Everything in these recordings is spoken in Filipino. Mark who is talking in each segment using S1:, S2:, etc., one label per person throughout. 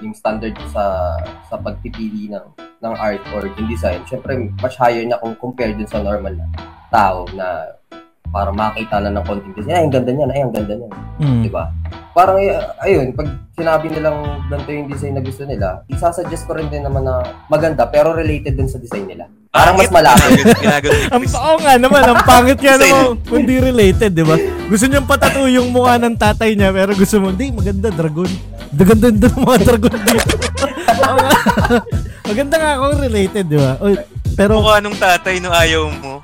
S1: yung standard sa sa pagpipili ng ng art or yung design, syempre mas higher na kung compare dun sa normal na tao na para makita na ng konting design. Ay, ang ganda niyan. Ay, ang ganda niyan.
S2: Mm.
S1: Di ba? Parang, eh, ayun, pag sinabi nilang ganito yung design na gusto nila, isasuggest ko rin din naman na maganda pero related dun sa design nila. Parang mas malapit.
S3: Ginagawa ni
S2: Ang
S3: Chris.
S2: oo nga naman, ang pangit nga naman, hindi related, di ba? Gusto niyang patato yung mukha ng tatay niya, pero gusto mo, hindi, maganda, dragon. Maganda ganda ng mga dragon dito. Oo nga. maganda nga kung related, di ba? Uy, pero,
S3: Mukha nung tatay nung ayaw mo.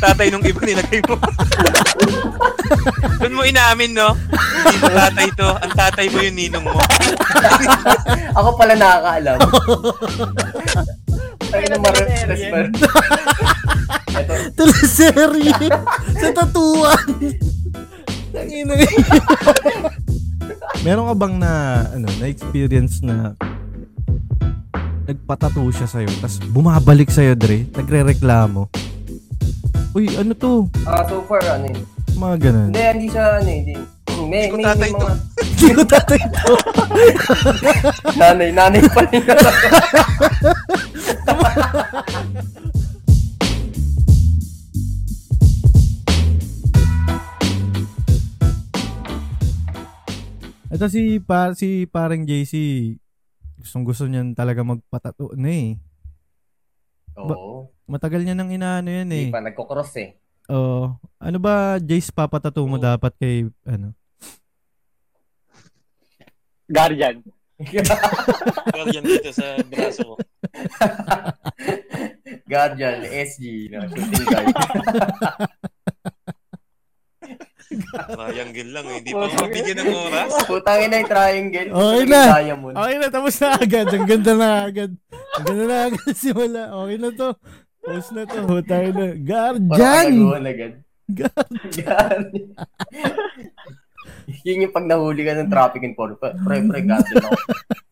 S3: tatay nung iba nilagay mo. Doon mo inaamin, no? Hindi mo tatay to. Ang tatay mo yung ninong mo.
S1: Ako pala nakakaalam. Ay, na ma-respect. Ito,
S2: teleserye sa tatuan. Tangina Meron ka bang na, ano, na-experience na nagpatato siya sa'yo, tapos bumabalik sa'yo, Dre, nagre-reklamo. Uy, ano to?
S1: ah, so far, ano yun.
S2: Mga ganun.
S1: Hindi, hindi siya, ano yun. Hindi. May,
S3: Hindi ko
S1: may,
S3: tatay
S1: may mga
S2: Hindi ko tatay to.
S1: nanay, nanay pa rin.
S2: Ito si, pa, si parang JC, gustong gusto niyan talaga magpatato na eh.
S1: Oo,
S2: Matagal niya nang inaano yan eh.
S1: hindi pa nagkocross eh.
S2: Oo. ano ba, Jace, papatato mo
S3: Oo.
S2: dapat kay, ano?
S4: Guardian.
S3: Guardian dito sa braso ko.
S1: Guardian, SG, na shooting guard.
S3: Triangle lang, eh. Hindi pa ako mabigyan ng oras.
S1: Putangin na yung triangle.
S2: Okay
S1: Yung
S2: na.
S1: Diamond.
S2: Okay na, tapos na agad. Ang ganda na agad. Ang ganda na agad simula. Okay na to. Post na to. Tayo na.
S1: Parang
S2: Guardian!
S1: kagaguhan agad.
S2: Guard-
S1: Guardian. Yun yung pag nahuli ka ng traffic enforcement. Pre, pre, guardian ako.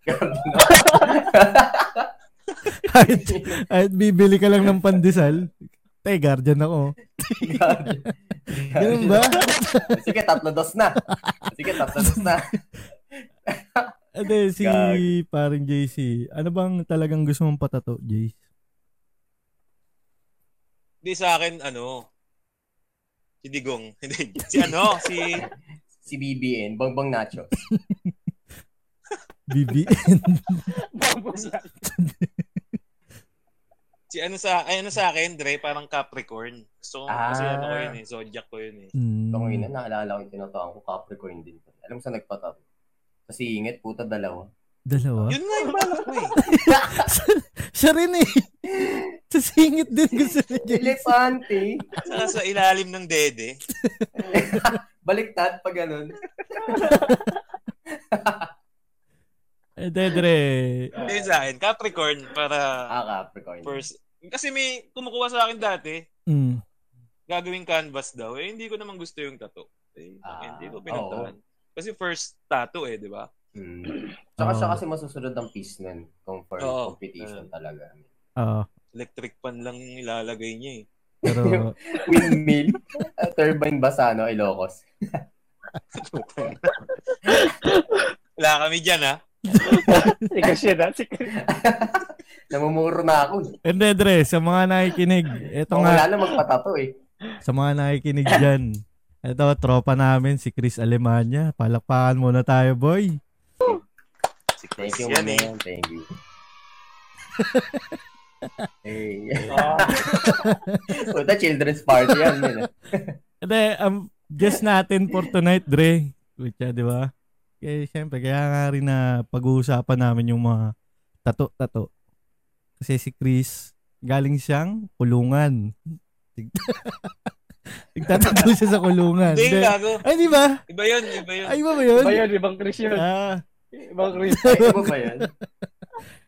S1: Guardian ako.
S2: Kahit, kahit bibili ka lang ng pandesal. Tay, guardian ako.
S1: Guardian.
S2: Ganun ba?
S1: Sige, tatlo dos na. Sige, tatlo dos na.
S2: Ate, si
S1: Gag.
S2: parang JC. Ano bang talagang gusto mong patato, Jace?
S3: Hindi sa akin, ano, si Digong. Hindi, si ano, si...
S1: Si BBN, Bongbong Nacho.
S2: BBN.
S3: Si ano sa, ay, ano sa akin, Dre, parang Capricorn. Gusto ko, kasi
S1: Ah.
S3: ano ko yun eh, Zodiac ko yun eh.
S2: Mm.
S1: Ito ko yun, naalala ko yung tinatawag ko, Capricorn din. Alam mo saan nagpatap? Kasi ingat, puta, dalawa.
S2: Dalawa?
S3: Yun nga yung balak ko eh.
S2: Siya rin eh. Sasingit din gusto ni JC.
S1: Elepante!
S3: Saka sa ilalim ng dede.
S1: Baliktad pa ganun.
S2: Ate, Dre.
S3: Hindi yun sa akin, Capricorn, para
S1: Ah, Capricorn.
S3: First, kasi may kumukuha sa akin dati,
S2: Mm.
S3: gagawing canvas daw. Eh, hindi ko naman gusto yung tattoo. Eh,
S1: Ah,
S3: hindi ko pinagtahan. Kasi first tattoo eh, di ba?
S1: Mm. Tsaka
S2: Oo.
S1: siya kasi masusunod ang piece nun kung for
S3: Oo.
S1: competition talaga.
S2: Oo.
S3: Electric pan lang nilalagay niya eh.
S2: Pero,
S1: Windmill, uh, turbine Basano, Ilocos.
S3: Wala kami dyan ah. ha.
S4: Ikaw siya na. Si
S1: Namumuro na ako. eh.
S2: Hindi, Dre, sa mga nakikinig, eto
S1: Kung wala
S2: nga,
S1: na magpatato eh.
S2: sa mga nakikinig dyan, eto, tropa namin, si Chris Alemania. Palakpakan muna tayo, boy.
S3: Si
S1: Thank
S3: Chris
S1: you,
S3: yan eh.
S1: man. Thank you. hey. Puta, children's party yan. eh. man.
S2: Hindi, um, guest natin for tonight, Dre. Kucha, di ba? Kaya, syempre, kaya nga rin na pag-uusapan namin yung mga tato-tato. Kasi si Chris, galing siyang kulungan. Tig- Tigtatato siya sa kulungan.
S3: Hindi,
S2: Hindi.
S3: gago.
S2: Ay, di ba?
S3: Iba yun, iba yun.
S2: Ay, iba ba Ano yun?
S4: Iba yun, ibang Chris yun.
S2: Ah,
S4: Ibang Chris.
S1: Ay, ano ba yan?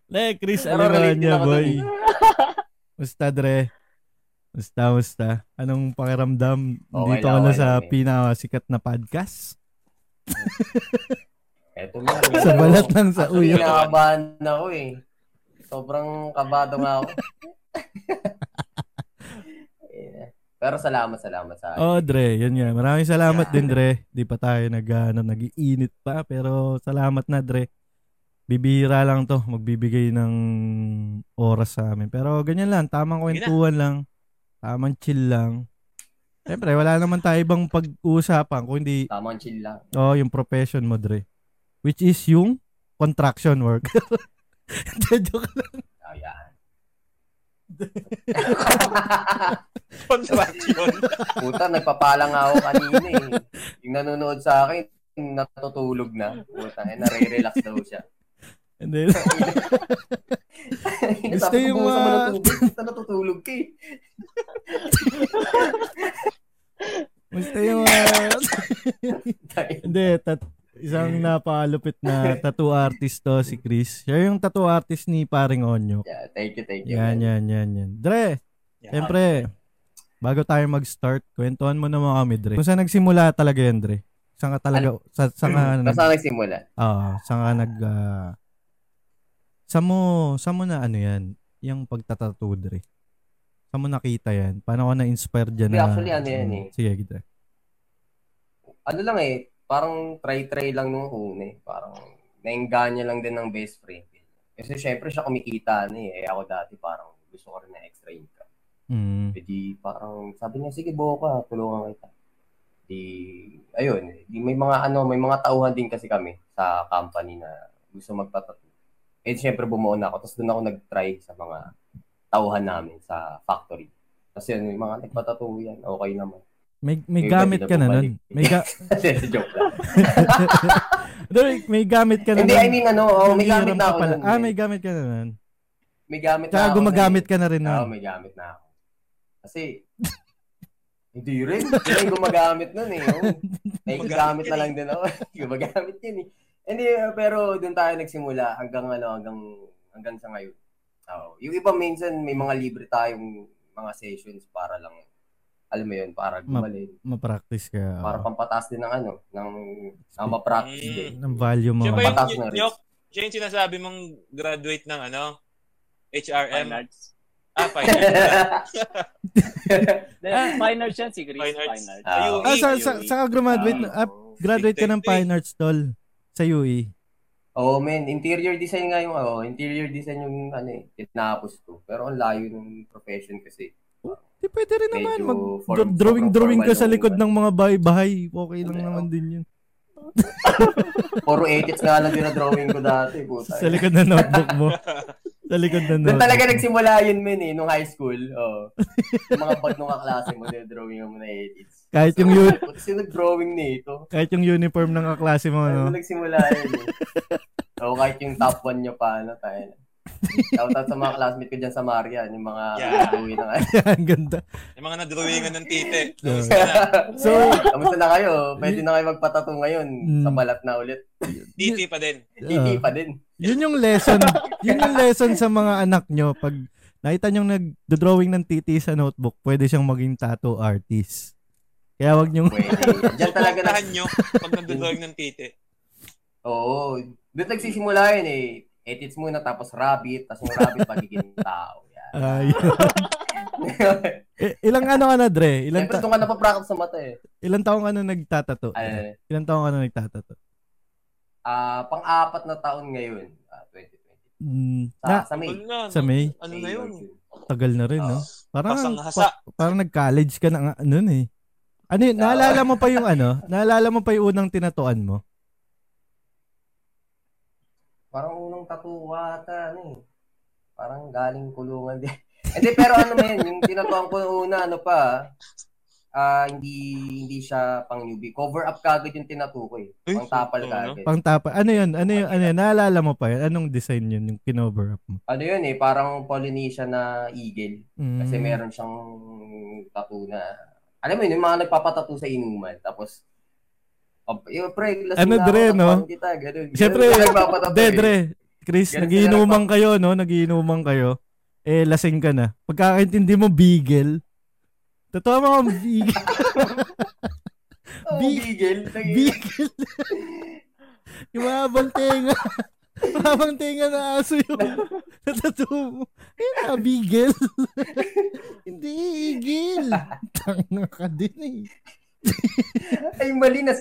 S2: Le, Chris,
S1: Pero relate din
S2: Alemania,
S1: ako
S2: boy. Musta, Dre? Musta, musta? Anong pakiramdam?
S1: Okay
S2: Dito
S1: lang,
S2: ka na
S1: okay
S2: sa
S1: lang eh.
S2: pinakasikat na podcast.
S1: Eto na.
S2: Sa balat lang sa
S1: Actually,
S2: uyo.
S1: Kinakabahan ako eh. Sobrang kabado nga ako. Yeah. Eh, Pero salamat, salamat sa akin.
S2: Oh, Dre, yun nga. Maraming salamat din, Dre. Di pa tayo nag, ano, nag-iinit pa, pero salamat na, Dre. Bibira lang to, magbibigay ng oras sa amin. Pero ganyan lang, tamang
S3: Sige na.
S2: kwentuhan lang. Tamang chill lang. Siyempre, wala naman tayo ibang pag-uusapan kundi
S1: Tamang chill lang.
S2: oh, yung profession mo, Dre. Which is yung contraction work. Hindi, joke lang.
S1: Ayan.
S3: Contraction.
S1: Puta, nagpapala nga ako kanina eh. Yung nanonood sa akin, natutulog na. Puta, eh, nare-relax daw siya.
S2: And then,
S1: Eh,
S2: Gusto
S1: sabi ko,
S2: yung ah,
S1: "Buhusan mo ng
S2: mga-
S1: tubig, basta natutulog ka eh.
S2: basta yung mga-
S1: Dahil-
S2: Hindi, tat- isang napakalupit na tattoo artist to si Chris. Siya yung tattoo artist ni paring Onyo.
S1: Yeah, thank you, thank you. man.
S2: Yan, yan, yan, yan. Dre,
S3: Yeah.
S2: siyempre, bago tayo mag-start, kwentuhan mo naman kami, Dre. Kung saan nagsimula talaga yan, Dre? Saan ka talaga, sa, saan ka, nag,
S1: Basta nagsimula.
S2: ah, saan ka nag, ah, saan mo, saan mo na ano yan, yung pagtatattoo, Dre? Saan mo nakita yan? Paano ka na-inspire dyan?
S1: Hindi,
S2: na-
S1: actually, ano yan eh.
S2: Sige, kita.
S1: ano lang eh, parang try-try lang nung una eh. Parang naingganya lang din ng best friend. Kasi syempre siya kumikita ano eh. Eh, Ako dati parang gusto ko rin na extra income.
S2: Mm.
S1: E di parang sabi niya, sige buo ka, tulungan kita. Di, ayun, eh, di may mga ano, may mga tauhan din kasi kami sa company na gusto magpatattoo. Eh syempre bumuo na ako. Tapos doon ako nag-try sa mga tauhan namin sa factory. Kasi yun, yung mga nagpatattoo yan, okay naman.
S2: May, may
S1: May
S2: gamit
S1: iba
S2: ka na
S1: bumalik.
S2: nun. May, ga-
S1: Joke lang.
S2: Dre, may gamit ka na
S1: Hindi,
S2: nun.
S1: I mean, ano, oh, may
S2: Hiram
S1: gamit na
S2: ka
S1: ako.
S2: pala.
S1: nun,
S2: Ah,
S1: eh.
S2: may gamit ka na nun.
S1: May gamit
S2: Tsaka
S1: ako
S2: gumagamit
S1: nun,
S2: ka na rin
S1: eh.
S2: nun.
S1: Oo, may gamit na ako. Kasi, hindi rin. Hindi rin gumagamit nun eh. Oh. Nagigamit na lang din ako. gumagamit yun eh. Hindi, eh, pero doon tayo nagsimula hanggang ano, hanggang, hanggang sa ngayon. Oo. yung iba minsan may mga libre tayong mga sessions para lang, alam mo yun, para gumalin.
S2: Mapractice ka. ah,
S1: Para pampataas din ng ano, ng, ng ma-practice din.
S2: ng value mo.
S3: Siya ba yung,
S1: Patas
S3: yung,
S1: na rin.
S3: yung, siya yung sinasabi mong graduate ng ano? HRM?
S4: Fine arts.
S3: Ah, fine arts.
S4: Then, Fine arts yan si Chris.
S3: Fine
S4: Ah. Fine
S3: arts.
S4: arts. Um,
S1: Ah,
S3: Sa
S2: Ah,
S3: UE,
S2: sa, sa,
S3: UE.
S2: sa graduate, na- ah, graduate ka ng
S3: E Big time
S2: Fine Arts Tol sa E. UE.
S1: Oo, oh, men. Interior design nga yung, oh, interior design yung, ano eh, tinapos ko. Pero ang layo ng profession kasi.
S2: Di pwede rin naman.
S1: Medyo
S2: Mag,
S1: form-
S2: drawing-drawing ka sa
S1: formal
S2: likod
S1: yung-
S2: ng mga bahay-bahay. Okay lang
S1: Hindi, oh.
S2: naman din yun.
S1: Puro edits nga lang yung drawing ko dati. Puta.
S2: Sa likod ng notebook mo. sa likod ng
S1: Doon
S2: notebook.
S1: talaga
S2: mo.
S1: nagsimula yun, men, eh, nung high school. Oh. Yung mga bag nung kaklase mo, drawing mo na edits.
S2: Kahit yung yun-
S1: Puta, Sino drawing na ito?
S2: Kahit yung uniform ng kaklase mo,
S1: Ano
S2: no?
S1: nagsimula yun eh. Oo, kahit yung top 1 nyo pa, ano tayo. Shout out sa mga classmate ko dyan sa Maria, yung mga
S3: Yeah.
S1: uwi na nga.
S2: Ang ganda.
S3: Yung mga nadrawingan ng tite.
S2: So,
S3: Kamusta na?
S2: so,
S1: Kamusta na kayo? Pwede na kayo magpatato ngayon sa
S2: Mm.
S1: balat na ulit.
S3: Titi pa din.
S1: Hindi pa din.
S2: Yun yung lesson, yun yung lesson sa mga anak nyo. Pag nakita nyong nag-drawing ng titi sa notebook, pwede siyang maging tattoo artist. Kaya wag nyong,
S1: Pwede. Diyan talaga na.
S3: Pupuntahan nyo pag nadrawing ng titi.
S1: Oo. Doon nagsisimula yun eh. Edits muna, tapos rabbit, tapos yung rabbit magiging tao. Yan.
S2: Ay. Eh, ilang ano ka na, Dre? Ilang,
S1: Siyempre,
S2: ta-
S1: doon ka napaprakap sa mata eh.
S2: ilang taong ka na nagtatato?
S1: Ano,
S2: Ilang taong ka na nagtatato?
S1: ah, pang-apat na taon ngayon. Ah, 2020.
S2: Mm, na,
S1: Sa, sa May.
S3: Ano na?
S2: sa May,
S3: Ano na yun?
S2: tagal na rin, no?
S1: Oo.
S2: Parang,
S3: Pasanghasa.
S2: pa- parang nag-college ka na nga, nun eh. Ano yun, naalala mo pa yung ano? Naalala mo pa yung unang tinatuan mo?
S1: Parang unang tatuwata, ano eh. Parang galing kulungan din. Hindi, pero ano men, yung tinatuan ko noong una, ano pa, ah, hindi hindi siya pang newbie. Cover up kagad yung tinatu ko eh.
S3: Uy,
S1: Pang tapal
S3: oo, no?
S1: kagad.
S2: Pangtapa. Ano yun? Ano yun? Ano yun? Naalala mo pa yun? Anong design yun? Yung kinover up mo?
S1: Ano yun eh, parang Polynesian na eagle.
S2: Mm.
S1: Kasi meron siyang tattoo na, alam mo yun, yung mga nagpapatattoo sa inuman. Tapos, oh, yung pre, lasing
S2: Ano,
S1: na ako,
S2: Dre, no?
S1: tatuan Kita, ganun.
S2: Siyempre,
S1: Ganun sila nagpapatattoo
S2: De,
S1: eh.
S2: Dre, Chris,
S1: Ganun
S2: nagiinuman kayo, no? Nagiinuman kayo. Eh, lasing ka na. Pagkakaintindi mo, beagle. Totoo mo kung beagle.
S1: Oh,
S2: Bi-
S1: beagle. Nag-
S2: beagle. yung mahabang tenga. mahabang tenga na aso yun. Natatoo mo. Eh, na, beagle. Hindi, eagle. Tanga ka din eh.
S1: Ay, mali na.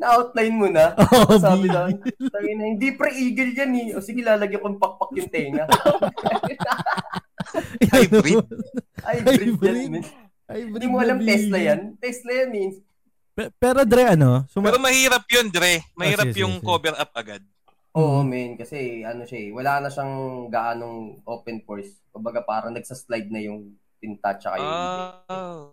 S1: Na-outline mo na.
S2: Oh,
S1: Sabi daw, sabi na, hindi pre-eagle yan eh. O sige, lalagyan kong pakpak yung tenga.
S2: Ano?
S3: Hybrid.
S1: Ay,
S2: Ay,
S1: brief
S2: brief.
S1: yan. man. Hindi mo alam, Tesla yan. Tesla yan means,
S2: Pe- pero Dre, ano? Suma-
S3: Pero mahirap yun, Dre.
S2: Ah,
S3: Mahirap
S2: sige,
S3: yung
S2: sige, sige.
S3: cover up agad.
S1: oo, man. Kasi, ano siya eh, wala na siyang gaanong open force. Kumbaga, parang nagsaslide na yung tinta tsaka yung
S3: Ah.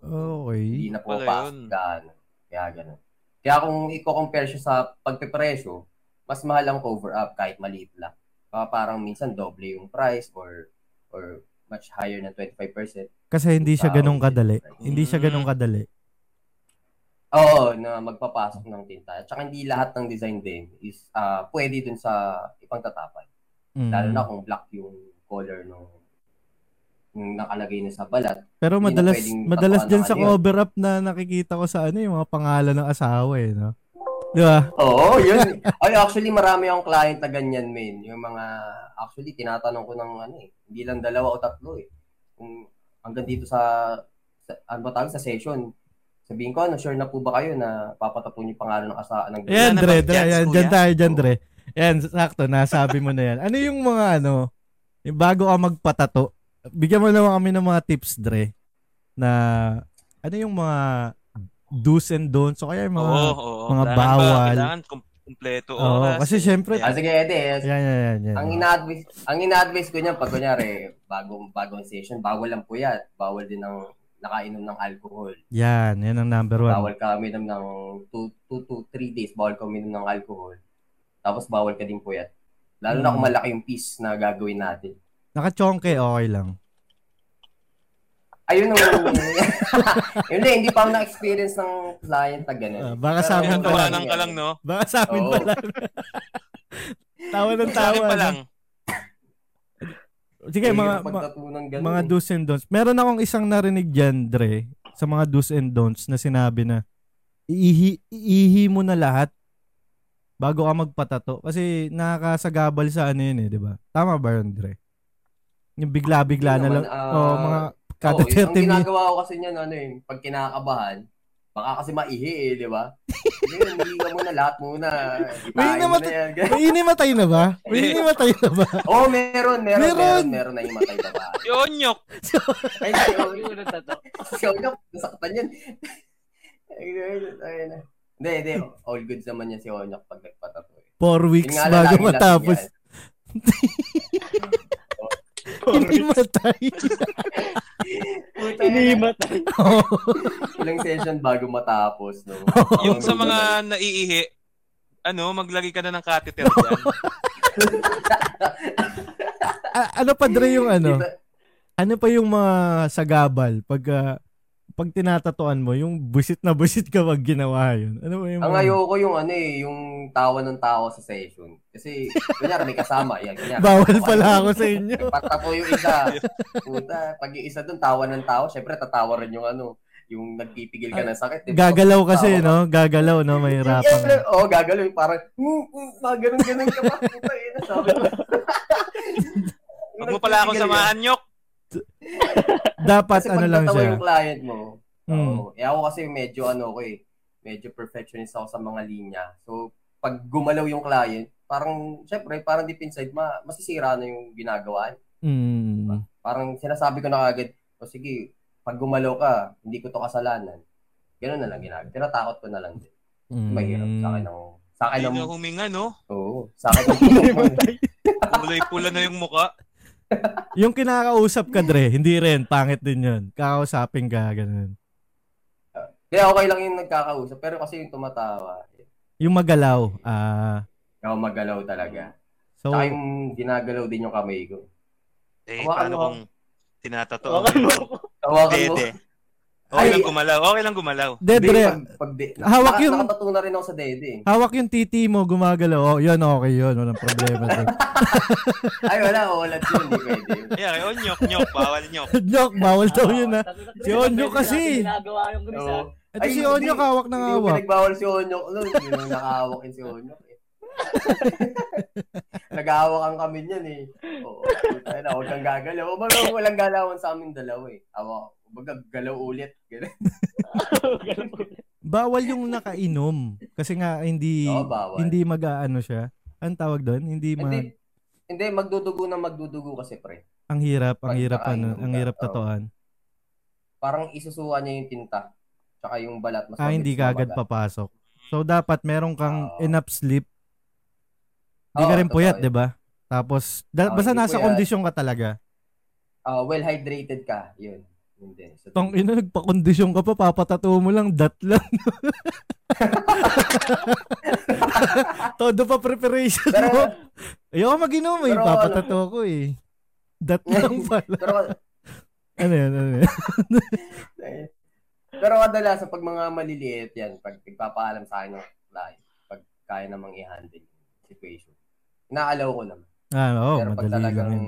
S1: hindi
S2: okay.
S1: na po
S3: Pala
S1: pa
S3: yun.
S1: gaano. Kaya ganun. Kaya kung i-compare siya sa pagpepresyo, mas mahal ang cover up kahit maliit lang. Baka parang minsan doble yung price or or much higher na 25%.
S2: Kasi hindi siya
S1: Ah,
S2: ganun
S1: okay.
S2: kadali. Hindi siya ganun
S3: Mm.
S2: kadali.
S1: Oo, na magpapasok ng tinta. At saka hindi lahat ng design din is ah pwede dun sa ipang tatapan.
S2: Mm.
S1: Lalo na kung black yung color nung nung nakalagay na sa balat.
S2: Pero
S1: hindi na
S2: madalas
S1: pwedeng
S2: madalas
S1: tatuan
S2: din
S1: na
S2: sa
S1: ano yun.
S2: cover up na nakikita ko sa ano yung mga pangalan ng asawa eh, no? Di ba?
S1: Oo, yun. Ay, actually, marami akong client na ganyan, men. Yung mga, actually, tinatanong ko ng ano eh. Hindi lang dalawa o tatlo eh. Kung hanggang dito sa, sa ano ba tawag, sa session. Sabihin ko, ano, sure na po ba kayo na papatapon yung pangalan ng asa ng
S2: Ayan,
S3: na
S2: Dre,
S3: bang
S2: Dre,
S3: chance,
S2: ayan,
S3: kuya?
S2: dyan tayo, dyan, Dre. Ayan, sakto, nasabi mo na yan. Ano yung mga ano, yung bago ka magpatato, bigyan mo naman kami ng mga tips, Dre, na ano yung mga do's and don'ts, o kaya yung mga,
S3: oo, oo.
S2: mga
S3: Kailangan ba-
S2: bawal.
S3: Kailangan kum- kumpleto
S2: Oo,
S3: oras.
S2: kasi syempre-
S1: Ah,
S3: Ayan.
S1: sige, edi. eh.
S2: yan, yan, yan, yan.
S1: Ang ina-advise, ang ina-advise ko niyan, pag kunyari, bagong, bagong session, bawal lang po yan. Bawal din ang nakainom ng alcohol.
S2: Yan, yan ang number one.
S1: Bawal ka uminom ng 2 to 3 days, bawal ka uminom ng alcohol. Tapos bawal ka din puyat. Lalo na
S2: Hmm.
S1: kung malaki yung piece na gagawin natin.
S2: Nakachonke, okay lang.
S1: Ayun ang... yun na, hindi pa ako na-experience ng client na gano'n.
S2: Ah, baka sa amin pa
S3: Ayan,
S2: lang.
S3: tawanan ka lang, no?
S2: Baka sa amin
S1: Oo.
S2: pa lang. tawa ng
S3: Sa
S2: tawa.
S3: akin pa
S2: no?
S3: lang.
S2: Sige, mga, ma- mga do's and don'ts. Meron akong isang narinig dyan, Dre, sa mga do's and don'ts na sinabi na iihi, iihi mo na lahat bago ka magpatato. Kasi nakakasagabal sa ano yun eh, di ba? Tama ba yun, Dre? Yung bigla-bigla na lang. oh, mga kada 30
S1: ah, Ang
S2: minutes.
S1: ginagawa ko kasi niyan, ano eh, pag kinakabahan, baka kasi maihi eh, di ba? Yun, Hindi ka muna lahat muna. Itain mo
S2: naman-
S1: na yan.
S2: May inimatay na ba? May inimatay na ba?
S1: Oo, oh, meron, meron,
S2: Meron!
S1: meron, meron, meron na yung matay babae.
S3: Yonyok.
S1: Ay,
S4: Ayun, yun ang tato.
S1: Kasi ako lang, nasaktan yan. Ayun, ayun. Hindi, hindi. All good naman yan si Onyok pag nagpatato. eh.
S2: Four
S1: Yun
S2: weeks
S1: nga,
S2: bago
S1: lalaki-lalaki
S2: matapos.
S1: yan.
S2: Inimatay.
S1: Puta,
S4: Inihimatay.
S1: Ilang session bago matapos. No?
S3: Yung sa mga naiihi, ano, maglagay ka na ng catheter dyan.
S2: A- ano pa, Dre, yung ano?
S1: Iba-
S2: Ano pa yung mga sagabal pag ah, pag tinatatuan mo yung busit na busit ka pag ginawa yun? Ano ba yung
S1: Ang
S2: mga-
S1: ayoko yung ano eh, yung tawa ng tawa sa session. Kasi, kunyari may kasama. Yan, kunyari.
S2: Bawal pala ako sa inyo.
S1: Patapo yung isa. Puta, pag yung isa dun, tawa ng tawa, syempre tatawa rin yung ano, yung nagpipigil ka ng sakit. di ba?
S2: Ah, Gagalaw kasi,
S1: Tawa
S2: no? Gagalaw, no? May
S1: Yeah,
S2: rapang.
S1: Oo, oh, gagalaw. yung Parang, hmm, hmm, mga ganun-ganun ka pa. Puta, eh, nasabi ko.
S3: Huwag mo pala akong samahan, Nyok.
S2: Dapat
S1: Kasi
S2: ano lang
S1: pagtatawa
S2: siya.
S1: yung client mo,
S2: Mm.
S1: oo. Eh, ako kasi medyo ano ko eh, medyo perfectionist ako sa mga linya. So, pag gumalaw yung client, parang, syempre, parang deep inside, ma masisira na yung ginagawa.
S2: Mm.
S1: Parang sinasabi ko na agad, o sige, pag gumalaw ka, hindi ko to kasalanan. Ganun na lang ginagawa. Tinatakot ko na lang din.
S2: Mm.
S1: Mahirap sa akin ang sa akin
S3: Hindi
S1: ang
S3: na huminga, no?
S1: Oo. Sa akin ang
S3: Kulay pula na yung muka.
S2: Yung kinakausap ka, Dre, hindi rin. Pangit din yun. Kakausapin ka, ganun.
S1: Kaya okay lang yung nagkakausap. Pero kasi yung tumatawa,
S2: Yung magalaw. Ah,
S1: ako magalaw talaga.
S2: so,
S1: Tsaka yung ginagalaw din yung kamay ko.
S3: Eh,
S1: Hawakan
S3: paano
S1: mo.
S3: kung tinatato?
S4: Hawakan mo.
S1: Tawakan mo.
S3: Dede. Okay
S1: Ano?
S3: lang
S1: Ay.
S3: gumalaw. Okay lang gumalaw.
S2: De,
S1: Hindi,
S2: Dre,
S1: pag, pag de-
S2: Hawak
S1: naka-
S2: yung-
S1: Nakatato na rin ako sa dede. eh.
S2: hawak yung titi mo, gumagalaw. Oh, yun, okay yun. Walang problema. Dre.
S1: Ay, wala. Wala yun. Hindi pwede yun.
S3: Kaya, yeah, oh, nyok, nyok. Bawal nyok.
S2: Joke, bawal daw yun, ha? Si Onyo kasi.
S4: Ginagawa yung ah.
S1: So,
S4: kumisa.
S2: Ito
S1: Ay,
S2: si Onyo,
S1: hindi.
S2: kawak ng
S1: hindi yung
S2: hawak.
S1: pinagbawal si Onyok. Ano, hindi yung nakahawak yun si Onyok. Eh. Nag-ahawak ang kami niyan eh. Oo. Kaya na, huwag kang gagalaw. O, baga, walang galawan sa amin dalawa eh. Awa, baga, galaw ulit. Ganun.
S4: Ganun po.
S2: Bawal yung nakainom. Kasi nga, hindi,
S1: Oo, bawal.
S2: hindi mag-ano siya. Ang tawag doon? Hindi ma...
S1: Hindi, hindi, magdudugo na magdudugo kasi pre.
S2: Ang hirap, ang
S1: Pag-
S2: hirap,
S1: pag-
S2: ano, ang hirap
S1: Oo.
S2: tatuan.
S1: Parang isusuka niya yung tinta. Tsaka yung balat. Mas
S2: Ah,
S1: mabilis
S2: hindi
S1: na
S2: ka agad
S1: balat.
S2: papasok. So, dapat meron kang
S1: Oo.
S2: enough sleep. Hindi
S1: Oo,
S2: ka rin
S1: totoo
S2: puyat,
S1: yun.
S2: di ba? Tapos, da-
S1: Oo,
S2: basta
S1: hindi
S2: nasa
S1: puyat.
S2: kondisyon ka talaga.
S1: Ah, well hydrated ka. Yun. Yun din. So,
S2: Tang ina, nagpa-kondisyon ka pa, papatato mo lang, dat lang. Todo pa preparation mo.
S1: pero,
S2: Ayoko mag-inom eh,
S1: Pero-
S2: papatato ko eh. Dat lang pala.
S1: pero,
S2: Ano yan, ano yan?
S1: pero kadalasan pag mga maliliit yan, pag nagpapaalam sa akin ng client, pag kaya namang i-handle yung situation, inaalaw ko naman.
S2: Ah, oo,
S1: pero pag
S2: madali lang
S1: talagang
S2: yan.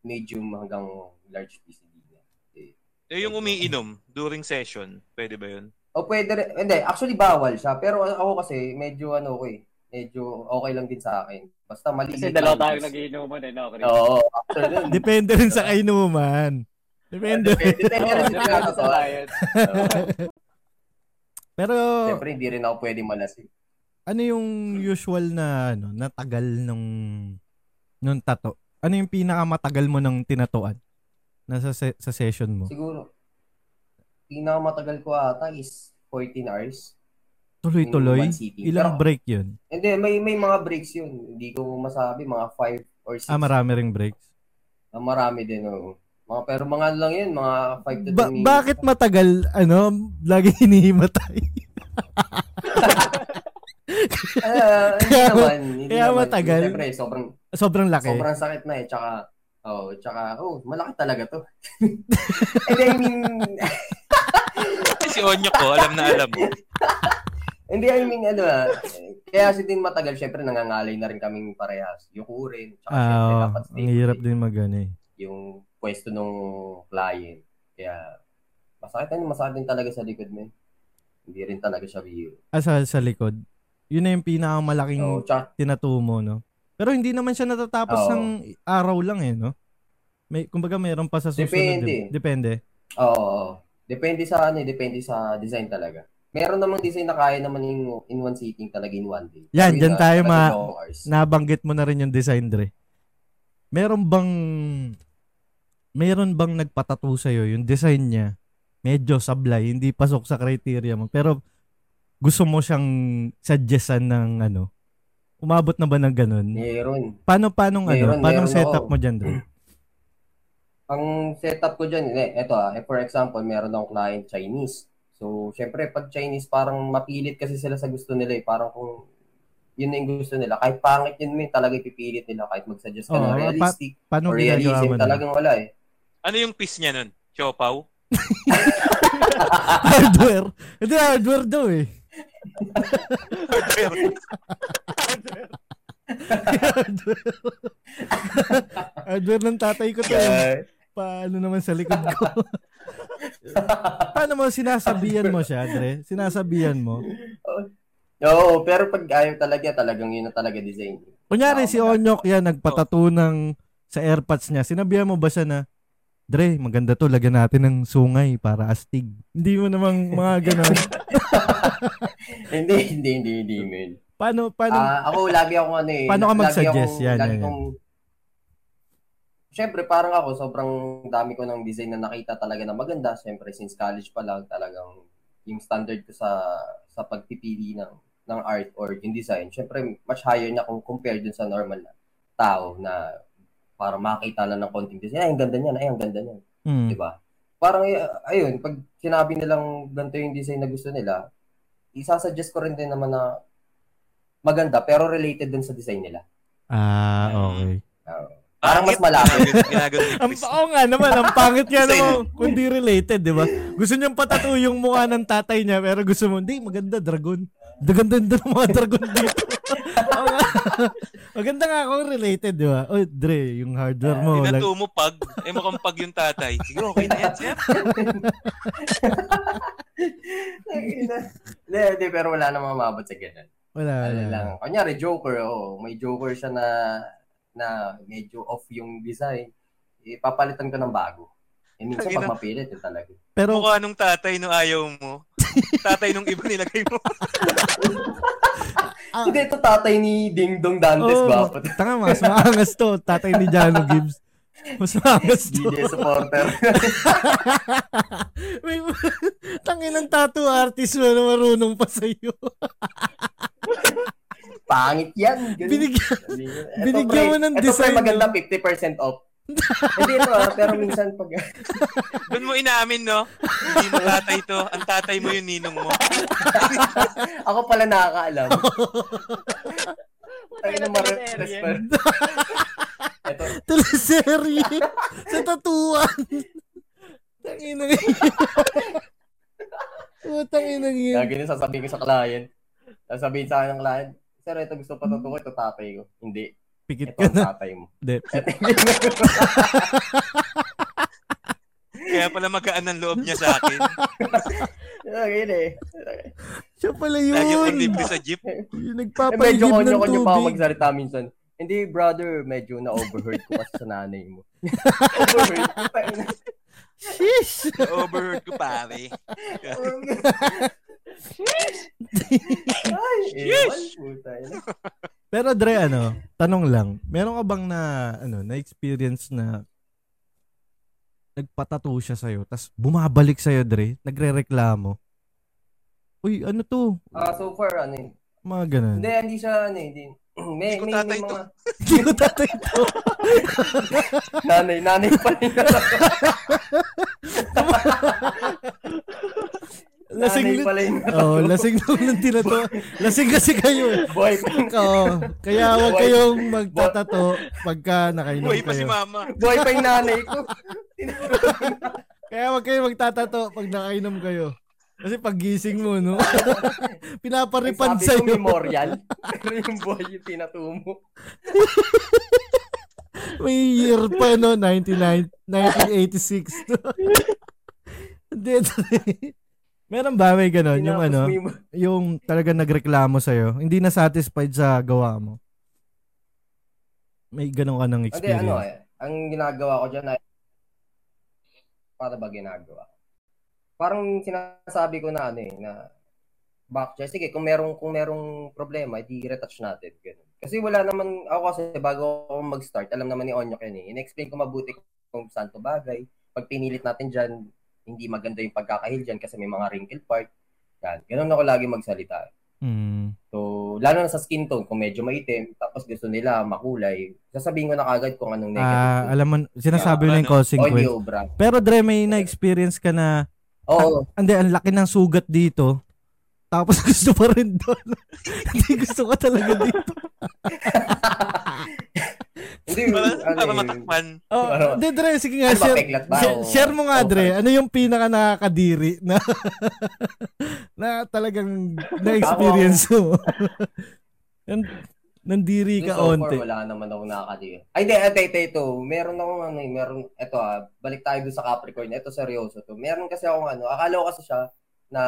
S1: medium hanggang large piece hindi na.
S3: Eh, yung umiinom during session, pwede ba yun?
S1: O pwede rin, hindi, actually bawal siya, pero ako kasi medyo ano ko eh, medyo okay lang din sa akin. Basta maliit.
S4: Kasi dalawa
S1: lang.
S4: tayong nagiinuman eh, no, Chris?
S1: Oo, after nun.
S2: Depende rin sa kainuman. Depende.
S1: Depende
S4: Oo,
S1: rin sa
S4: depende sa diet.
S1: Oo.
S2: Pero,
S1: Siyempre, hindi rin ako pwede malasing.
S2: ano yung usual na, ano, natagal nung, nung tato? Ano yung pinakamatagal mo ng tinatuan? Nasa se- sa session mo?
S1: Siguro, pinakamatagal ko ata is 14 hours. in
S2: Tuloy-tuloy?
S1: one sitting.
S2: Ilang
S1: Pero,
S2: break yun?
S1: Hindi, may, may mga breaks yun. Hindi ko masabi, mga 5 or 6.
S2: Ah, marami ring breaks.
S1: Ah, marami din, oo. Mga, pero mga ano lang yun, mga 5 to 10
S2: Ba-
S1: minutes.
S2: bakit matagal, ano, lagi hinihimatay?
S1: Ah, hindi
S2: Kaya-
S1: naman. Hindi
S2: kaya
S1: naman.
S2: matagal?
S1: Siyempre, sobrang,
S2: Sobrang laki.
S1: sobrang sakit na eh. Tsaka, oh, tsaka, oh, malaki talaga to. And I mean,
S3: Eh, si Onyok ko, alam na alam mo.
S1: hindi, I mean, ano ah, kaya kasi din matagal, syempre, nangangalay na rin kaming parehas. Yuko rin. Tsaka, syempre,
S2: Ah,
S1: dapat
S2: oo. ang hirap
S1: stable.
S2: din magano eh.
S1: yung pwesto ng client. Kaya, masakit na yun, masakit din talaga sa likod mo. yun. Hindi rin talaga siya view.
S2: Ah, sa, sa likod. Yun na yung pinakamalaking
S1: So, tsaka,
S2: tinatumo, no? Pero hindi naman siya natatapos
S1: Oo.
S2: ng araw lang eh, no? May, kumbaga mayroon pa sa susunod.
S1: Depende.
S2: di- Depende.
S1: oo, oo. Depende sa ano, eh, depende sa design talaga. Meron namang design na kaya naman in, in one sitting talaga in one day.
S2: Yan,
S1: Sabi
S2: dyan
S1: nga,
S2: tayo
S1: talaga
S2: ma-
S1: long hours.
S2: Nabanggit mo na rin yung design, Dre. Meron bang, meron bang nagpatato sa'yo yung design niya? Medyo sablay, hindi pasok sa criteria mo. Pero gusto mo siyang suggestan ng ano? Umabot na ba ng ganun?
S1: Meron.
S2: Paano, paano, ano?
S1: Meron, meron
S2: Paano
S1: Hmm. ako.
S2: setup mo dyan, Dre?
S1: Ang setup ko dyan, eh, eto ah, eh, for example, meron akong client Chinese. So, syempre, pag Chinese, parang mapilit kasi sila sa gusto nila eh. Parang kung yun na yung gusto nila. Kahit pangit yun, may talaga ipipilit nila. Kahit mag-suggest ka
S2: Oo, ano,
S1: ng
S2: pa-
S1: realistic,
S2: Paano
S1: or
S2: ginagawa
S1: realism,
S2: mo na?
S1: talagang wala eh.
S3: Ano yung piece niya nun? Chopaw?
S2: hardware. Hindi, hardware daw eh. hardware. hardware ng tatay ko to. eh. Paano naman sa likod ko? Paano mo sinasabihan mo siya, Dre? Sinasabihan mo?
S1: Oo, pero pag ayaw talaga, talagang yun na talaga design.
S2: Kunyari si
S1: Oo,
S2: Onyok yan, nagpatato ng sa airpods niya. Sinabihan mo ba siya na, Dre, maganda to, lagyan natin ng sungay para astig. Hindi mo namang mga ganun.
S1: hindi, hindi, hindi, hindi, man.
S2: Paano, paano,
S1: Ah, ako lagi ako ano eh.
S2: Paano ka
S1: lagi
S2: mag-suggest?
S1: akong-
S2: Yan,
S1: lagi
S2: yan, yan.
S1: kong- Siyempre, parang ako, sobrang dami ko ng design na nakita talaga na maganda. Siyempre, since college pa lang, talagang yung standard ko sa sa pagpipili ng ng art or yung design, siyempre, much higher na kung compare dun sa normal na tao na para makita na ng konting design. Ay, ang ganda niyan. Ay, ang ganda niyan.
S2: Hmm.
S1: Di ba? Parang, eh, ayun, pag sinabi nilang ganito yung design na gusto nila, isasuggest ko rin din naman na maganda, pero related dun sa design nila.
S2: Ah, okay.
S1: Parang mas malapit.
S3: Ginagawa ni
S2: Ang
S3: Chris.
S2: oo nga naman, ang pangit nga
S3: Sa'yo.
S2: naman, kundi related, di ba? Gusto niyang patatu yung mukha ng tatay niya, pero gusto mo, hindi, maganda, dragon. Maganda ganda ng mga dragon dito. Oo nga. maganda nga kung related, di ba? Oh, Dre, yung hardware mo. lag-
S3: Tinatumo pag. Eh, mukhang pag yung tatay. Sige, okay na yan, sir.
S1: Hindi, hindi, pero wala namang mabot sa ganun.
S2: wala,
S1: Ano
S2: wala.
S1: lang. Kanyari, Joker, oh, may Joker siya na na medyo off yung design. Ipapalitan ko ng bago. Eh, minsan
S3: Tangina.
S1: pag mapilit, yun talaga.
S2: Pero
S3: Mukha nung tatay no ayaw mo. tatay nung iba nilagay mo.
S2: Ah. Oh.
S1: Hindi, ito tatay ni Ding Dong Dantes
S2: Oo,
S1: ba? Pati-
S2: tanga mas maangas to. Tatay ni Jano Gibbs. Mas maangas to.
S1: DJ supporter.
S2: May tangin ng tattoo artist mo na marunong pa sa'yo.
S1: Pangit yan. Ganun.
S2: Binigyan.
S1: Ito,
S2: binigyan
S1: pre,
S2: mo ng
S1: Ito
S2: design,
S1: pre, maganda 50% off. Hindi ito ah, pero minsan pag...
S3: Doon mo inaamin, no? Hindi mo tatay to. Ang tatay mo yung ninong mo.
S1: Ako pala nakakaalam. Tayo na
S4: Putang ina,
S1: ma-repress pa.
S4: Terry.
S1: Ito,
S2: Teleserye. Sa tatuan. Tangin ng Putang inang yun.
S1: lagi na sasabihin ko sa client. Sasabihin sa akin ng client, Sir, ito gusto pa totoo, ito tatay ko. Hindi,
S2: Pikit
S1: ito
S2: Hmm. ka
S1: ang
S2: na.
S1: tatay mo.
S2: De,
S3: Kaya pala magaan ang loob niya sa akin.
S1: Ah, Ganyan eh.
S2: siya pala
S3: Lagi akong
S2: yun.
S3: libre sa jeep.
S1: Eh,
S2: Yung
S1: medyo
S2: nagpapaligib ng
S1: konyo-konyo pa ako
S2: tubig.
S1: magsalita minsan. Hindi, brother, medyo na-overheard ko kasi sa nanay mo. overheard? Putang ina.
S2: Sheesh.
S3: Overheard ko, pare.
S1: Ay, ewan, puta. ina.
S2: Pero Dre, ano, tanong lang. Meron ka bang na, ano, na-experience na nagpatato siya sa'yo, tas bumabalik sa'yo, Dre, nagre-reklamo? Uy, ano to?
S1: Ah, so far, ano yun?
S2: Mga ganun.
S1: Hindi, hindi siya, ano eh, hindi. May,
S3: Hindi ko
S1: may,
S3: tatay
S1: may
S3: to.
S1: mga
S2: Hindi ko tatay to.
S1: nanay, nanay pa rin.
S2: Lasing,
S1: nanay pala yung
S2: oh, lasing lang nung tinato. Lasing kasi kayo. eh.
S1: Boy,
S2: Oo, kaya huwag
S1: Boy.
S2: kayong magtatato pagka nakainom
S3: Buhay pa si
S2: kayo.
S3: mama.
S1: boy pa yung nanay ko.
S2: Kaya huwag kayong magtatato pag nakainom kayo. Kasi pag gising mo, no? Pinaparipan
S1: Sabi ko
S2: sa'yo.
S1: memorial. Pero yung boy yung tinatumo.
S2: May year pa, no? 99 1986. to. Hindi, Dre. Meron ba may ganon? Yung
S1: Tinapos
S2: ano?
S1: mo yung-
S2: Yung talaga nagreklamo sa'yo? Hindi na satisfied sa gawa mo? May ganon ka
S1: Hindi, ano
S2: ng experience?
S1: eh. Ang ginagawa ko dyan ay... Para ba ginagawa? Parang sinasabi ko na ano eh, na back check. Sige, kung merong, kung merong problema, di retouch natin. Ganun. Kasi wala naman, ako kasi bago ako mag-start, alam naman ni Onyok yun eh. In-explain ko mabuti kung saan to bagay. Pag pinilit natin dyan, hindi maganda yung pagkakahil dyan kasi may mga wrinkle part. Yan. Ganun ako lagi magsalita.
S2: Mm.
S1: So, lalo na sa skin tone, kung medyo maitim, tapos gusto nila makulay, sasabihin ko na kagad kung anong
S2: Ah,
S1: negative. ano?
S2: alam mo, sinasabi na yung causing
S1: o hindi
S2: quest.
S1: obra.
S2: Pero Dre, may na-experience ka na,
S1: Oo,
S2: hindi, ang laki ng sugat dito. Tapos gusto pa rin doon. hindi gusto ka talaga dito.
S1: hindi.
S3: Para,
S1: ano
S3: para
S1: eh,
S3: matakpan.
S2: Oh,
S1: Ano?
S2: hindi, Dre, sige nga,
S1: Ano ba,
S2: share,
S1: peklat ba?
S2: share,
S1: O-
S2: share mo nga,
S1: o-
S2: Dre. Ano yung pinaka nakakadiri na, na talagang na-experience mo? Nan- Nandiri ka
S1: so
S2: onte.
S1: far, wala naman ako nakakadiyo. Ay, hindi, ito, ito, ito. Meron akong ano, eh, meron, ito ah, balik tayo doon sa Capricorn. Ito, seryoso to. Meron kasi akong ano, akala ko kasi siya na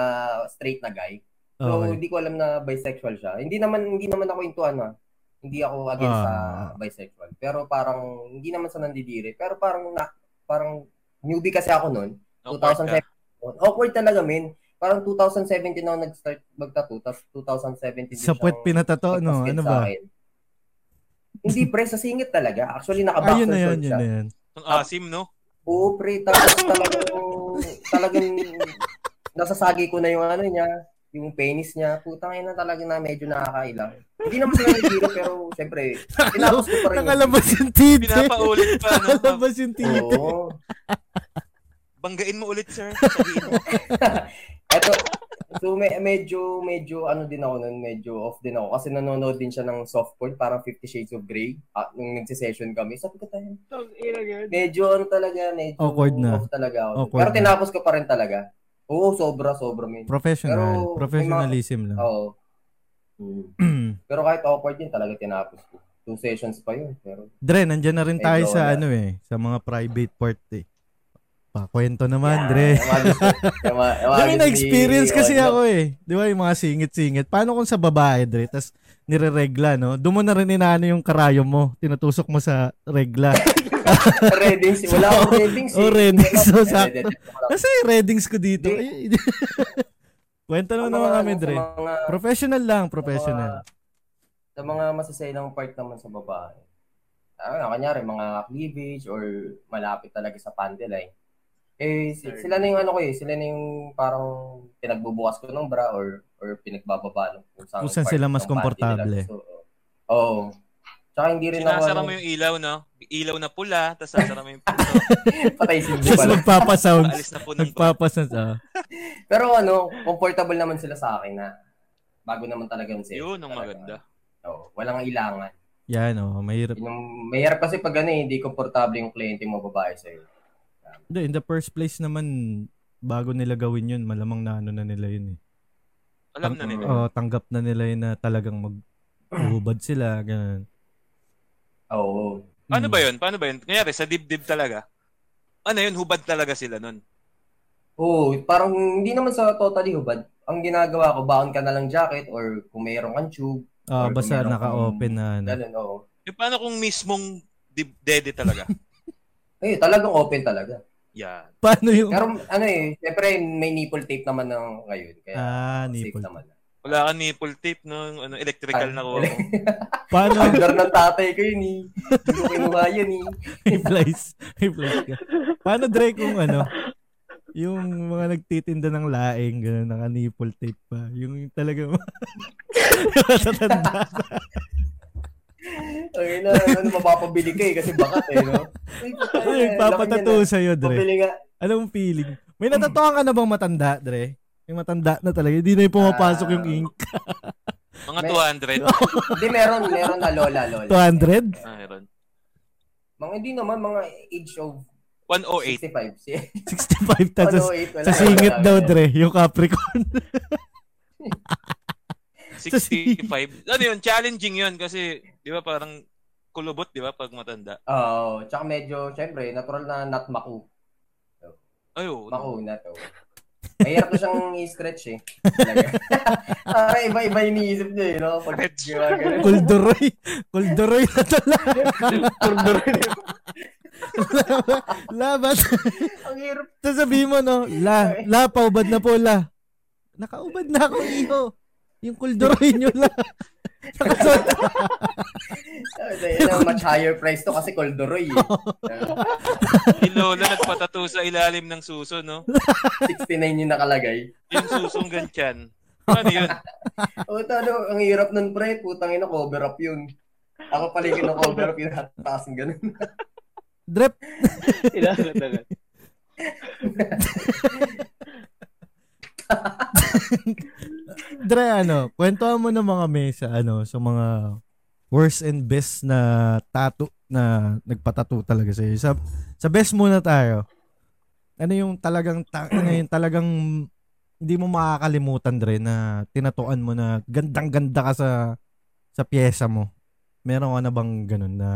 S1: straight na guy. So,
S2: Okay.
S1: hindi ko alam na bisexual siya. Hindi naman hindi naman ako into ano. Hindi ako against sa
S2: Ah.
S1: bisexual. Pero parang hindi naman sa nandidiri. Pero parang na, parang newbie kasi ako noon.
S3: No,
S1: 2007. Awkward talaga, men. Parang 2017 ako nag-start magtattoo. Tapos 2017 din
S2: Sa puwet
S1: siyang
S2: pinatato, no?
S1: nagpasakit
S2: Ano
S1: sa
S2: ba?
S1: akin. hindi pre, sa singit talaga. Actually,
S2: Ayun
S1: naka-boxer
S2: na Ah, yun,
S1: short
S2: yun
S1: siya.
S2: na yun.
S3: Ang asim, Ah, no?
S1: Oo, pre, tapos talagang, talagang nasasagi ko na yung ano niya, yung penis niya. Putang ina talaga na medyo nakakailang. Hindi naman sila nagkiro, pero syempre, tinapos ko pa rin.
S2: Nakalabas yung titi.
S3: Pinapaulit pa, no?
S2: Nakalabas yung titi.
S1: Oo.
S3: Banggain mo ulit, sir. Sabihin mo.
S1: Eto, so me- medyo, medyo ano din ako nun, medyo off din ako. Kasi nanonood din siya ng soft porn, parang Fifty Shades of Grey. Ah, nung nagsisession kami, sabi ko tayo,
S4: Putang ina, yun.
S1: medyo ano talaga, medyo
S2: Awkward na.
S1: off talaga ako.
S2: Awkward
S1: pero
S2: na.
S1: tinapos ko pa rin talaga. Oo, sobra, sobra, men.
S2: Professional.
S1: Pero,
S2: Professionalism lang.
S1: Oo. Mm. Pero kahit awkward yun, talaga tinapos ko. Two sessions pa yun. Pero,
S2: Dre, nandyan na rin
S1: Medyo
S2: tayo sa
S1: wala.
S2: ano eh, sa mga private party. Pakwento naman, Dre.
S1: Yung mga gusto- yung mga- yung mga
S2: Dre, may
S1: gusto ni-
S2: na-experience kasi
S1: Onyok.
S2: ako eh. Di ba, yung mga singit-singit. Paano kung sa babae, Dre, tas nireregla, no? Doon mo na rin inaano yung karayo mo. Tinutusok mo sa regla.
S1: Readings. Wala akong readings.
S2: Oh,
S1: eh.
S2: readings. So,
S1: Wala- Eh,
S2: sa-
S1: readings ko lang.
S2: Kasi readings ko dito.
S1: Hindi.
S2: Kwento
S1: Sa
S2: Ano naman
S1: mga- ano
S2: naman kami, Dre.
S1: Sa mga,
S2: Professional lang, professional.
S1: Sa mga, sa mga masasayang part naman sa babae. Ano, kanyari, mga cleavage or malapit talaga sa pandeline. Eh, si- sila na yung ano ko eh, sila na yung parang pinagbubukas ko ng bra or or pinagbababa ng kung saan
S2: Kung saan
S1: part
S2: sila
S1: ng panty
S2: mas
S1: nila.
S2: komportable. eh.
S1: So, Oo. Oh. Tsaka hindi rin ako,
S3: Sinasara
S1: ano,
S3: mo yung ilaw, no? Ilaw na pula, tapos sasara mo yung puto.
S1: patay silbi
S2: Tapos
S1: pala.
S2: magpapasounds.
S3: Paalis na po ng bra.
S2: Magpapasounds. Ah.
S1: Pero ano, comfortable naman sila sa akin na bago naman talaga yung sex.
S3: Yun ang
S1: Talaga.
S3: maganda.
S1: Oo, walang ilangan.
S2: Yan, oh, mahirap.
S1: Yun Yung mahirap kasi pag ano, eh, hindi komportable yung kliyente mo babae sa iyo.
S2: Hindi, in the first place naman, bago nila gawin yun, malamang na ano na nila yun eh.
S3: Alam na nila.
S2: Oo, tanggap na nila yun na talagang maghuhubad sila, ganun.
S1: Oo.
S3: Paano Ano ba yun? Paano ba yun? Kanyari, sa dibdib talaga. Ano yun? Hubad talaga sila nun.
S1: Oo, parang hindi naman sa totally hubad. Ang ginagawa ko, baon ka na lang jacket or kung mayroon kang tube,
S2: Ah,
S1: Or kung
S2: basta
S1: meron kang-
S2: naka-open na ano.
S1: ganun, oo.
S3: Yung paano kung mismong dib- dede talaga?
S1: Eh, talagang open talaga.
S3: Yan.
S2: Paano yung...
S1: Pero ano eh, syempre may nipple tape naman ng ngayon. Kaya
S2: Ah,
S1: safe
S2: nipple.
S1: naman.
S3: Wala ka nipple tape, no? Yung Ano, electrical na ko.
S2: Paano?
S1: Under ng tatay ko yun eh. Hindi ko kinuha yun eh.
S2: May flies. May flies ka. Paano, Dre, kung ano? Yung mga nagtitinda ng laing, gano'n, naka-nipple tape pa. Yung talaga mga... Matatanda.
S1: Okay na, ano, mapapabili ka eh kasi bakat eh, no? Ay, patay
S2: Ano
S1: na,
S2: yung papatato
S1: laki niya
S2: sa'yo,
S1: na.
S2: Dre?
S1: Pabili ka.
S2: Anong feeling? May natatuan ka na bang matanda, Dre? Yung matanda na talaga. Hindi na yung pumapasok yung
S1: Ah,
S2: ink.
S3: Mga
S1: May-
S3: 200.
S1: Hindi, meron, meron na lola, lola.
S2: 200?
S3: Ah, meron.
S1: Mga hindi naman, mga age of
S3: 108.
S1: 65. Si,
S2: 65
S1: ano,
S2: tapos
S1: eight, wala.
S2: sa singit daw, Dre. Yung Capricorn.
S3: 65. Ano yun? Challenging yun kasi, di ba parang kulubot, di ba? Pag matanda.
S1: Oo, tsaka medyo, syempre, natural na not maku.
S3: Ayo.
S1: Maku na to. Mahirap na siyang i-stretch eh. Talaga. Parang iba-iba iniisip niya eh, no? Pag
S3: Stretch.
S1: gumagano.
S2: Kulduroy. Kulduroy na talaga. Labat.
S1: Ang hirap.
S2: Tapos sabihin mo, no? La, la, paubad na po, la. Nakaubad na ako, iho. Yung kulduroy nyo, la. Nakasot.
S1: Ay, ano, much higher price to kasi Coldoroy eh.
S3: Si Lola nagpatato sa ilalim ng suso, no?
S1: 69 yung nakalagay.
S3: Yung susong ganyan. Ano yun?
S1: Puta, ano, ang hirap nun, pre. Putang ina, cover up yun. Ako pala yung cover up yung taas ng ganun.
S2: Drep.
S4: Ilalim na lang.
S2: Dre, ano? Kwentuhan mo ng mga may sa, ano, sa mga worst and best na tattoo na nagpatato talaga sa'yo. Sa, sa best muna tayo. Ano yung talagang, ta- ano yung talagang hindi mo makakalimutan, Dre, na tinatuan mo na gandang-ganda ka sa sa pyesa mo. Meron ka na bang ganun na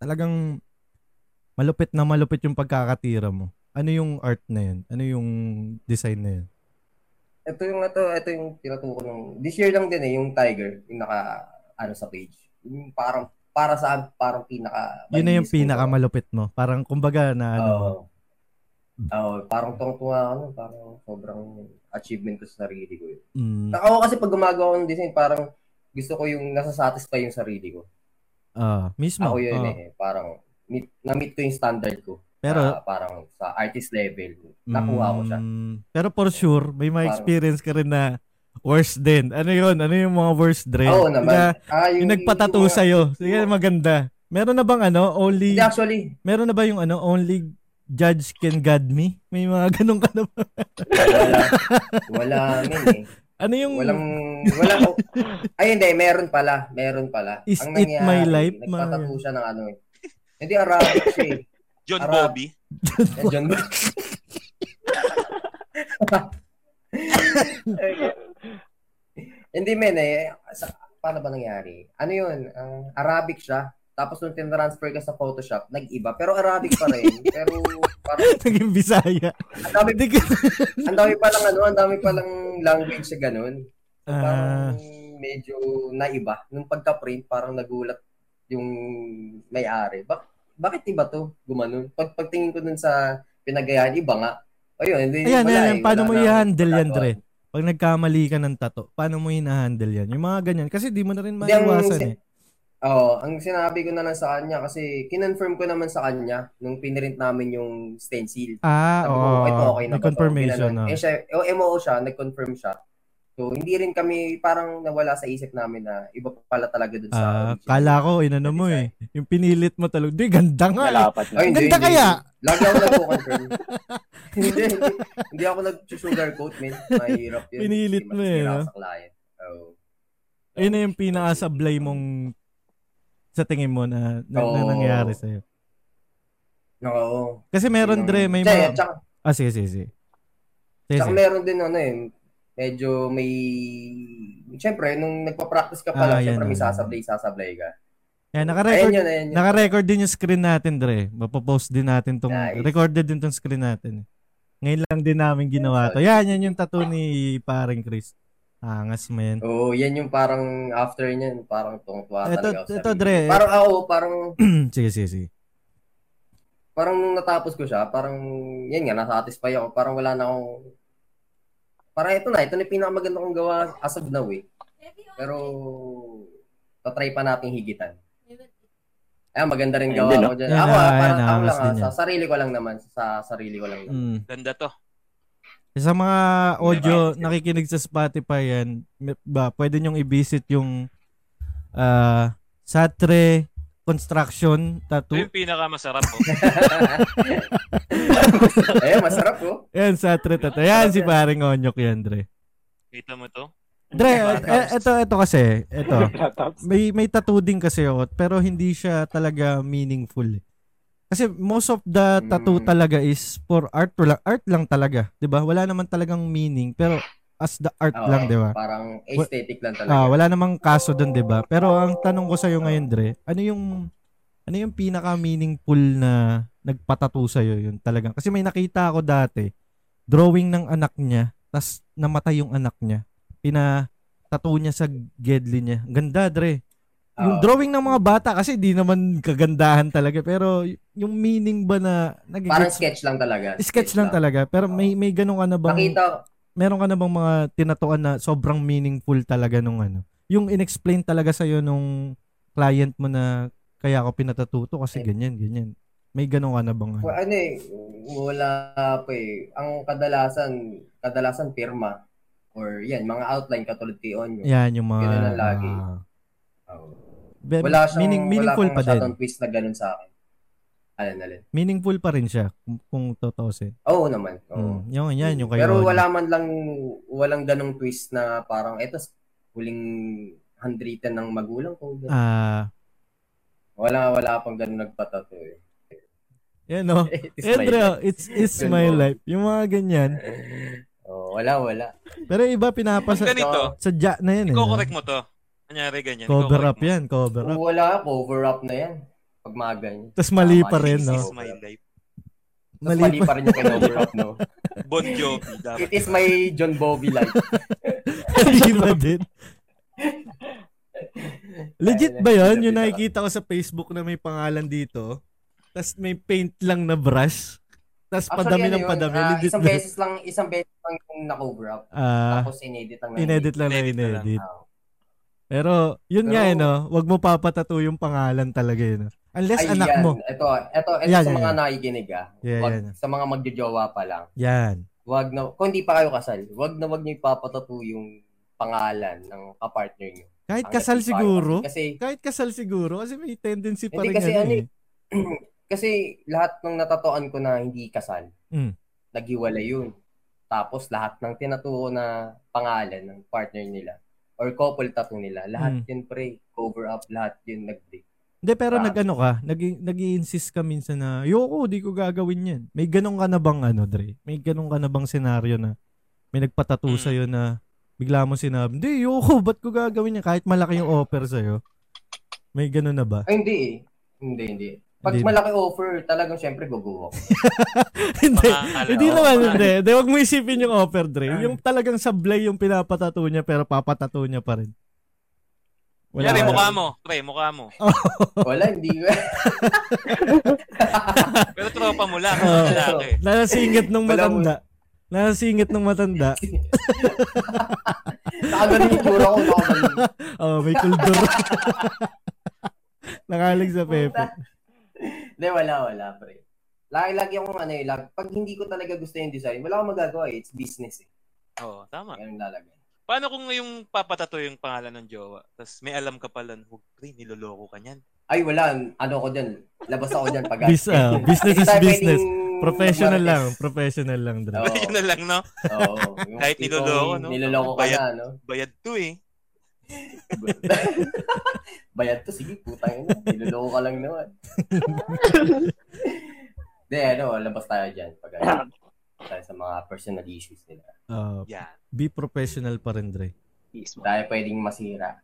S2: talagang malupit na malupit yung pagkakatira mo? Ano yung art na yun? Ano yung design na yun?
S1: Ito yung, ito, ito yung tinatuko ng, this year lang din eh, yung Tiger, yung naka, ano, sa page. Yung parang, para sa, parang pinaka.
S2: Yun na yung
S1: malinis ko.
S2: pinakamalupit mo. Parang kumbaga na ano,
S1: Oo. Oo, parang tungtunga ako, nun, parang sobrang achievement ko sa sarili ko. eh.
S2: mm,
S1: Ako kasi pag gumagawa ko ng design, parang gusto ko yung nasasatisfy yung sarili ko.
S2: ah, mismo.
S1: Ako yun
S2: ah.
S1: eh, parang meet, na-meet ko yung standard ko.
S2: Pero
S1: Ah, parang sa artist level, nakuha ko siya.
S2: mm, pero for sure, may mga
S1: Parang-
S2: experience ka rin na worse din. Ano yun? Ano yung mga worst dread?
S1: Oo naman.
S2: Na,
S1: ah,
S2: yung nagpatato
S1: yung mga-
S2: sa'yo. Sige, maganda. Meron na bang ano? Only,
S1: Hindi, actually,
S2: meron na ba yung ano? Only judge can god me? May mga ganun ka na ba?
S1: wala. wala nun eh.
S2: Ano yung
S1: Walang, wala ko. Ay, hindi, meron pala. Meron pala.
S2: Is it my life,
S1: Nagpatato
S2: Mario?
S1: siya ng ano eh. Hindi, Arabic siya eh.
S3: John
S1: Ara-
S3: Bobby.
S1: Eh, John Mark. Hindi men eh. Sa, paano ba nangyari? Ano yun? Ang Arabic siya. Tapos nung tinransfer ka sa Photoshop, nag-iba. Pero Arabic pa rin. Pero parang
S2: naging Bisaya?
S1: ang dami,
S2: Hindi ka-
S1: ang dami palang ano, ang dami palang language sa ganun. So,
S2: Ah,
S1: parang medyo naiba. Nung pagka-print, parang nagulat yung may-ari. Bak, bakit iba to? Gumanon. Pag pagtingin ko dun sa pinagayaan, iba nga. Ayun, hindi
S2: Ayan,
S1: wala
S2: ayan,
S1: eh,
S2: paano
S1: wala
S2: mo
S1: na-
S2: i-handle
S1: wala
S2: yan,
S1: na.
S2: Dre? Pag nagkamali ka ng tato, paano mo hinahandle yan? Yung mga ganyan. Kasi di mo na rin
S1: Hindi, ang
S2: maiwasan
S1: sin-
S2: eh.
S1: Oo, ang sinabi ko na lang sa kanya kasi kinonfirm ko naman sa kanya nung pinrint namin yung stencil.
S2: Ah,
S1: Sabi ko,
S2: oo.
S1: ito okay na
S2: May
S1: ba to?
S2: confirmation.
S1: Ganun.
S2: no?
S1: Eh siya, oh, MOO siya, nag-confirm siya. So, hindi rin kami, parang nawala sa isip namin na iba pala talaga dun sa
S2: Ah,
S1: original.
S2: kala ko, inano mo eh. Yung pinilit mo talaga. Di, ganda nga eh.
S4: Nalapat na.
S1: Ay, hindi,
S2: Ganda
S1: hindi.
S2: kaya?
S1: Lagi ako nag-confirm. hindi, hindi, hindi ako nag-sugarcoat, man. Mahirap yun.
S2: Pinilit
S1: Hindi
S2: mo eh,
S1: masisira
S2: no?
S1: Sa client. Oh. Oo.
S2: Ayun na yung pinaka-sablay mong sa tingin mo na, na, na
S1: Oo.
S2: nangyari sa'yo.
S1: Oo.
S2: Kasi meron, Dre, may
S1: Tsaka-
S2: mga...
S1: tsaka-
S2: Ah, sige, sige, sige. Sige,
S1: Tsaka
S2: sige.
S1: meron din ano eh, medyo may Siyempre, nung nagpa-practice ka pa
S2: Ah,
S1: lang,
S2: yan,
S1: siyempre may
S2: yan, yan.
S1: sasablay-sasablay ka.
S2: Ayan,
S1: Ayan
S2: nakarecord,
S1: yun, ayan yun.
S2: nakarecord din yung screen natin, Dre. Mapopost din natin tong...
S1: Nice.
S2: Recorded din tong screen natin. eh. Ngayon lang din namin ginawa to. Yan, yan yung tattoo ni paring Chris. Angas mo yan.
S1: Oo, yan yung parang after niyan, parang tungtuwa Ah,
S2: Eto,
S1: talaga ako sa
S2: eto,
S1: sarili.
S2: Dre. Mm,
S1: Parang ako, parang,
S2: sige, sige, sige.
S1: parang nung natapos ko siya, parang, yan nga, nasatisfy ako. Parang wala na akong, parang ito na, ito na yung pinakamaganda kong gawa as of now eh. Pero, tatry pa nating higitan. Ay, maganda rin
S4: Ayun
S1: gawa
S4: din,
S1: ko dyan.
S2: Yan,
S1: Ako,
S2: ah,
S1: ah, parang
S2: yan,
S1: ako
S2: angas
S1: lang, ah,
S2: din
S1: sa
S2: yan.
S1: sarili ko lang naman. Sa sarili ko lang naman.
S2: Mm.
S3: Ganda to.
S2: Sa mga audio nakikinig sa Spotify yan, may- ba, pwede nyong i-visit yung ah, Satre Construction
S3: Ito
S2: Tattoo.
S3: yung pinakamasarap oh. po.
S1: eh, masarap ko.
S2: Yan, Satre Tattoo. Yan, si paring Onyok yan, Dre.
S3: Kita mo to?
S2: Dre, et- et- eto, eto kasi, eto.
S4: Laptops.
S2: May, may tattoo din kasi ako, pero hindi siya talaga meaningful. eh. Kasi most of the tattoo
S1: Mm.
S2: talaga is for art lang, art lang talaga, 'di ba? Wala naman talagang meaning, pero as the art
S1: Oo,
S2: lang, 'di ba?
S1: Parang aesthetic lang talaga.
S2: Ah, wala namang kaso doon, 'di ba? Pero ang tanong ko sa iyo ngayon, Dre, ano yung ano yung pinaka meaningful na nagpatato sa iyo yun talagang kasi may nakita ako dati drawing ng anak niya tas namatay yung anak niya pina tattoo niya sa gedli niya Ang ganda Dre yung
S1: Oo.
S2: drawing ng mga bata kasi di naman kagandahan talaga pero y- yung meaning ba na
S1: Parang
S2: nagigets
S1: sketch lang talaga.
S2: sketch lang talaga pero may may ganun ka na bang
S1: Nakita,
S2: meron ka na bang mga tinatuan na sobrang meaningful talaga nung ano? Yung inexplain talaga sa'yo nung client mo na kaya ako pinatatuto kasi
S1: Eh.
S2: ganyan, ganyan. May ganun ka na bang ano?
S1: Well, ano eh, wala pa eh. Ang kadalasan, kadalasan pirma. Or yan, mga outline katulad kay Onyo.
S2: Yan, yung mga...
S1: Ganun lang lagi.
S2: ah,
S1: Oo.
S2: be-
S1: Wala siyang,
S2: meaning, meaningful
S1: wala
S2: pa din.
S1: masyadong twist na ganun sa akin. Alin, alin.
S2: Meaningful pa rin siya kung, kung totoosin.
S1: Oo naman. Oo.
S2: Mm. Yung, yan, yung kayo.
S1: Pero
S2: ano.
S1: wala man lang, walang ganong twist na parang, eto, huling handwritten ng magulang ko.
S2: Ah,
S1: Wala, wala pang ganun nagpatato eh.
S2: yan no.
S1: It's my life.
S2: Andrew, it's, it's my life. Yung mga ganyan.
S1: Oo, wala, wala.
S2: Pero iba
S3: Pag
S2: pinapasa...
S3: ganito,
S2: Sadya na yan eh. no?
S3: i-correct mo to. Kanyari ganyan.
S2: Cover up
S3: i-correct mo.
S2: yan, cover up.
S1: Wala, cover up na yan. Pag mga ganyan.
S2: Tapos mali pa
S1: Tama,
S2: rin,
S3: This
S1: sisi.
S2: no?
S3: is my life.
S1: Tapos
S2: Mali
S1: mali
S2: pa.
S1: pa rin yung kinover up, no?
S3: Bon Jovi. Dapat.
S1: It is my John Bobby life.
S2: Hindi ba din? Legit ba yun?
S1: Dito
S2: Yung
S1: ka.
S2: nakikita ko sa Facebook na may pangalan dito, tapos may paint lang na brush, tapos padami
S1: ano
S2: ng
S1: yun,
S2: padami.
S1: ah,
S2: legit
S1: isang
S2: ba?
S1: beses lang, isang beses lang yung na-cover up.
S2: Ah,
S1: Tapos inedit ang
S2: inedit lang na
S3: Inedit na lang.
S2: inedit.
S1: Ah.
S2: Pero, yun
S1: Pero-
S2: nga eh, no? Huwag mo papatato yung pangalan talaga eh, no? Unless
S1: Ay,
S2: anak
S1: yan.
S2: mo.
S1: Ito, ito, ito
S2: Yan,
S1: sa
S2: yan,
S1: mga
S2: yan.
S1: nakikinig ah.
S2: Yeah,
S1: Wag,
S2: yan.
S1: Sa mga magjojowa pa lang.
S2: Yan.
S1: Wag na, kung hindi pa kayo kasal, wag na wag niyo ipapatato yung pangalan ng kapartner niyo.
S2: Kahit
S1: Hanggat
S2: kasal
S1: hindi pa kayo
S2: siguro.
S1: kasal. Kasi,
S2: Kahit kasal siguro. Kasi may tendency pa
S1: Hindi,
S2: rin
S1: kasi
S2: yan
S1: ano
S2: eh.
S1: kasi lahat ng natatuan ko na hindi kasal,
S2: Mm.
S1: naghiwalay yun. Tapos lahat ng tinatuo na pangalan ng partner nila or couple tattoo nila, lahat
S2: Mm.
S1: yun pre, cover up, lahat yun nag-break.
S2: Hindi, pero
S1: Grabe.
S2: nag-ano ka, nag insist ka minsan na, yoko, di ko gagawin yan. May ganun ka na bang ano, Dre? May ganun ka na bang senaryo na may nagpatato
S3: Mm.
S2: sa'yo na bigla mo sinabi, hindi, yoko, ba't ko gagawin yan? Kahit malaki yung offer sa'yo. May ganun na ba?
S1: Ay, hindi eh. Hindi, hindi. Pag
S2: Hindi.
S1: malaki offer, talagang syempre guguho ako.
S2: Hindi.
S3: Pangalan.
S2: Hindi naman,
S3: Pangalan.
S2: hindi. Hindi, huwag mo isipin yung offer, Dre. Yung talagang sablay yung pinapatato niya pero papatato niya pa rin. Wala,
S3: Yari,
S2: wala.
S3: mukha mo. Pre, mukha mo.
S1: Wala, hindi ko.
S3: Pero tropa mo lang.
S2: Oo.
S3: lalaki.
S2: Nalasingit nung
S1: Wala mo.
S2: matanda. Nalasingit nung matanda.
S1: Nakagaling yung tura ko. Nakagaling.
S2: Oh, may kuldor. Nakalig sa Pepe.
S1: Hindi, wala, wala, pre. Lagi, lagi akong ano eh, lag, pag hindi ko talaga gusto yung design, wala akong magagawa eh. It's business eh.
S3: Oo, tama.
S1: Ganun lalagay.
S3: Paano kung yung papatato yung pangalan ng jowa? Tapos may alam ka pala, huwag pre, niloloko ka niyan.
S1: Ay, wala. Ano ko dyan. Labas ako dyan. Pag
S2: Bis- ah, business is
S1: Hindi tayo
S2: business.
S1: pwedeng
S2: Professional lang.
S1: marites.
S2: Professional lang, Dre.
S1: Oo.
S3: Yun na lang, no?
S1: Oo. Yung
S3: Kahit
S1: tipong
S3: niloloko, no?
S1: Niloloko ka
S3: Bayad.
S1: na, no?
S3: Bayad to eh.
S1: Bayad to, sige, putang ina. Niloloko ka lang naman. Hindi, ano, labas tayo dyan. Pag
S4: Ah,
S1: ano, tayo sa mga personal issues nila.
S2: Oh,
S3: Yan.
S2: be professional pa rin, Dre.
S4: Mismo.
S1: Tayo pwedeng masira.